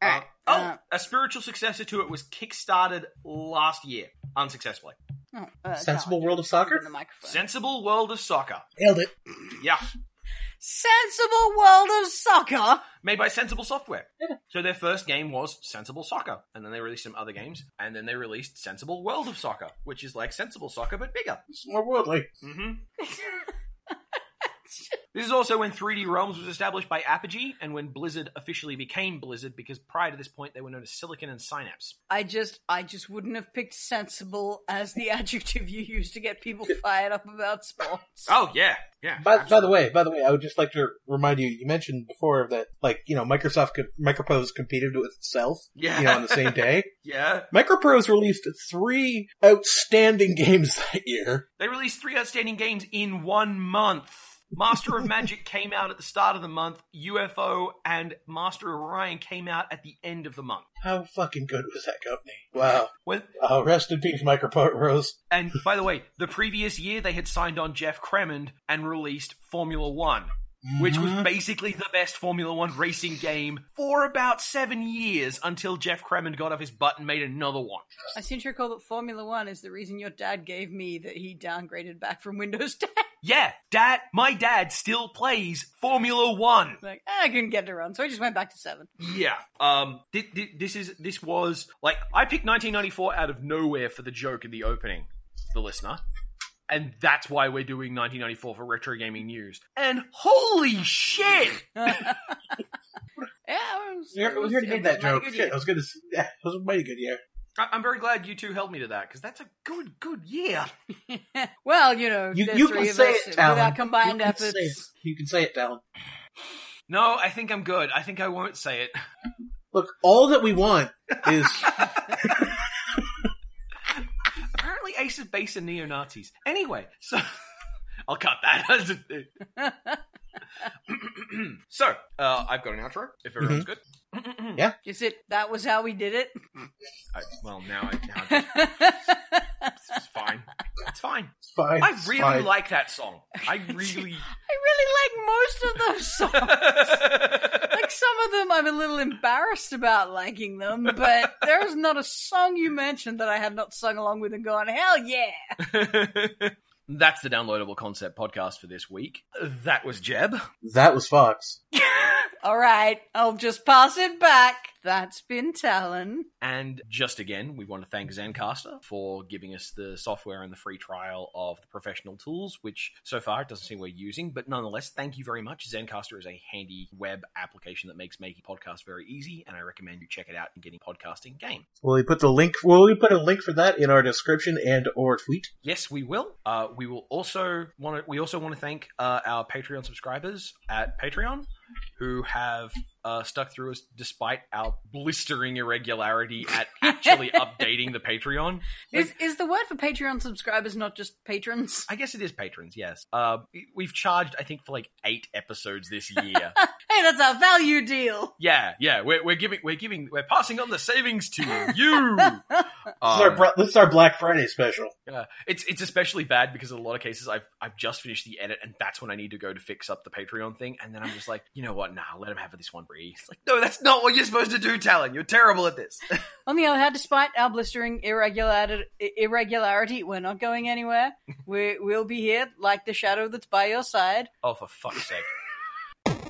[SPEAKER 2] All right.
[SPEAKER 1] Uh, oh,
[SPEAKER 2] Uh,
[SPEAKER 1] a spiritual successor to it was kickstarted last year, unsuccessfully.
[SPEAKER 2] oh, uh,
[SPEAKER 3] Sensible
[SPEAKER 2] Dalek,
[SPEAKER 3] World of
[SPEAKER 2] open
[SPEAKER 3] Soccer?
[SPEAKER 2] The microphone.
[SPEAKER 1] Sensible World of Soccer.
[SPEAKER 3] Nailed it.
[SPEAKER 1] Yeah,
[SPEAKER 2] Sensible World of Soccer.
[SPEAKER 1] made by Sensible Software. So their first game was Sensible Soccer, and then they released some other games, and then they released Sensible World of Soccer, which is like Sensible Soccer but bigger.
[SPEAKER 3] It's more worldly.
[SPEAKER 1] hmm This is also when 3D Realms was established by Apogee and when Blizzard officially became Blizzard because prior to this point they were known as Silicon and Synapse.
[SPEAKER 2] I just, I just wouldn't have picked sensible as the adjective you use to get people fired up about sports.
[SPEAKER 1] Oh yeah, yeah.
[SPEAKER 3] By, by the way, by the way, I would just like to remind you. You mentioned before that, like you know, Microsoft co- Microprose competed with itself,
[SPEAKER 1] yeah,
[SPEAKER 3] you know, on the same day.
[SPEAKER 1] yeah.
[SPEAKER 3] Microprose released three outstanding games that year.
[SPEAKER 1] They released three outstanding games in one month. Master of Magic came out at the start of the month. UFO and Master of Orion came out at the end of the month.
[SPEAKER 3] How fucking good was that company? Wow.
[SPEAKER 1] When
[SPEAKER 3] Oh, rest in peace, Microprose.
[SPEAKER 1] and by the way, the previous year they had signed on Jeff Cremond and released Formula One. which was basically the best Formula One racing game for about seven years until Jeff Cremon got off his butt and made another one.
[SPEAKER 2] I seem to recall that Formula One is the reason your dad gave me that he downgraded back from Windows 10.
[SPEAKER 1] Yeah, dad, my dad still plays Formula One.
[SPEAKER 2] like, "Ah, I couldn't get it around, so I just went back to seven.
[SPEAKER 1] Yeah. Um. thi- thi- this is this was like I picked 1994 out of nowhere for the joke in the opening, the listener, and that's why we're doing 1994 for retro gaming news. And holy shit!
[SPEAKER 2] yeah, I was,
[SPEAKER 3] We
[SPEAKER 2] it was-
[SPEAKER 3] already
[SPEAKER 2] it
[SPEAKER 3] made
[SPEAKER 2] was
[SPEAKER 3] that
[SPEAKER 2] mighty
[SPEAKER 3] joke.
[SPEAKER 2] good
[SPEAKER 3] Shit,
[SPEAKER 2] year.
[SPEAKER 3] I was gonna. Say, yeah, it was a mighty good year.
[SPEAKER 1] I- I'm very glad you two held me to that because that's a good good year.
[SPEAKER 2] well, you know,
[SPEAKER 3] You,
[SPEAKER 2] there's
[SPEAKER 3] you
[SPEAKER 2] three
[SPEAKER 3] can
[SPEAKER 2] of
[SPEAKER 3] say
[SPEAKER 2] us
[SPEAKER 3] it,
[SPEAKER 2] with our
[SPEAKER 3] Talon.
[SPEAKER 2] combined
[SPEAKER 3] you can
[SPEAKER 2] efforts.
[SPEAKER 3] Say it. You can say it, Talon.
[SPEAKER 1] No, I think I'm good. I think I won't say it.
[SPEAKER 3] Look, all that we want is
[SPEAKER 1] Apparently, Ace of space and neo Nazis. Anyway, so I'll cut that. so uh, I've got an outro. If everyone's
[SPEAKER 3] Mm-hmm.
[SPEAKER 1] good,
[SPEAKER 2] Is it that was how we did it?
[SPEAKER 1] I, well now, I, now I'm just- it's fine. It's fine.
[SPEAKER 3] It's fine.
[SPEAKER 1] I
[SPEAKER 3] it's
[SPEAKER 1] really
[SPEAKER 3] fine.
[SPEAKER 1] like that song. I really.
[SPEAKER 2] I really like most of those songs. like some of them I'm a little embarrassed about liking them, but there's not a song you mentioned that I had not sung along with and gone, hell yeah.
[SPEAKER 1] That's the downloadable concept podcast for this week. That was Jeb.
[SPEAKER 3] That was Fox.
[SPEAKER 2] All right, I'll just pass it back. That's been Talon.
[SPEAKER 1] And just again, we want to thank Zencaster for giving us the software and the free trial of the professional tools, which so far it doesn't seem we're using, but nonetheless, thank you very much. Zencaster is a handy web application that makes making podcasts very easy, and I recommend you check it out and getting podcasting game.
[SPEAKER 3] Will we put the link? Will we put a link for that in our description and or tweet?
[SPEAKER 1] Yes, we will. Uh, we will also want to. We also want to thank uh, our Patreon subscribers at Patreon who have uh, stuck through us despite our blistering irregularity at actually uh, updating the Patreon.
[SPEAKER 2] Is, is the word for Patreon subscribers not just patrons?
[SPEAKER 1] I guess it is patrons. Yes, uh, we- we've charged I think for like eight episodes this year.
[SPEAKER 2] Hey, that's our value deal.
[SPEAKER 1] yeah, yeah. We're, we're giving. We're giving. We're passing on the savings to you.
[SPEAKER 3] this, is our,
[SPEAKER 1] Um,
[SPEAKER 3] bro- this is our Black Friday special.
[SPEAKER 1] Yeah, it's it's especially bad because in a lot of cases I've I've just finished the edit and that's when I need to go to fix up the Patreon thing and then I'm just like, you know what? Nah, let him have this one free. It's like, no, that's not what you're supposed to do, Talon. You're terrible at this.
[SPEAKER 2] On the other hand, despite our blistering irregularity, irregularity we're not going anywhere. we we'll be here like the shadow that's by your side.
[SPEAKER 1] oh, for fuck's sake.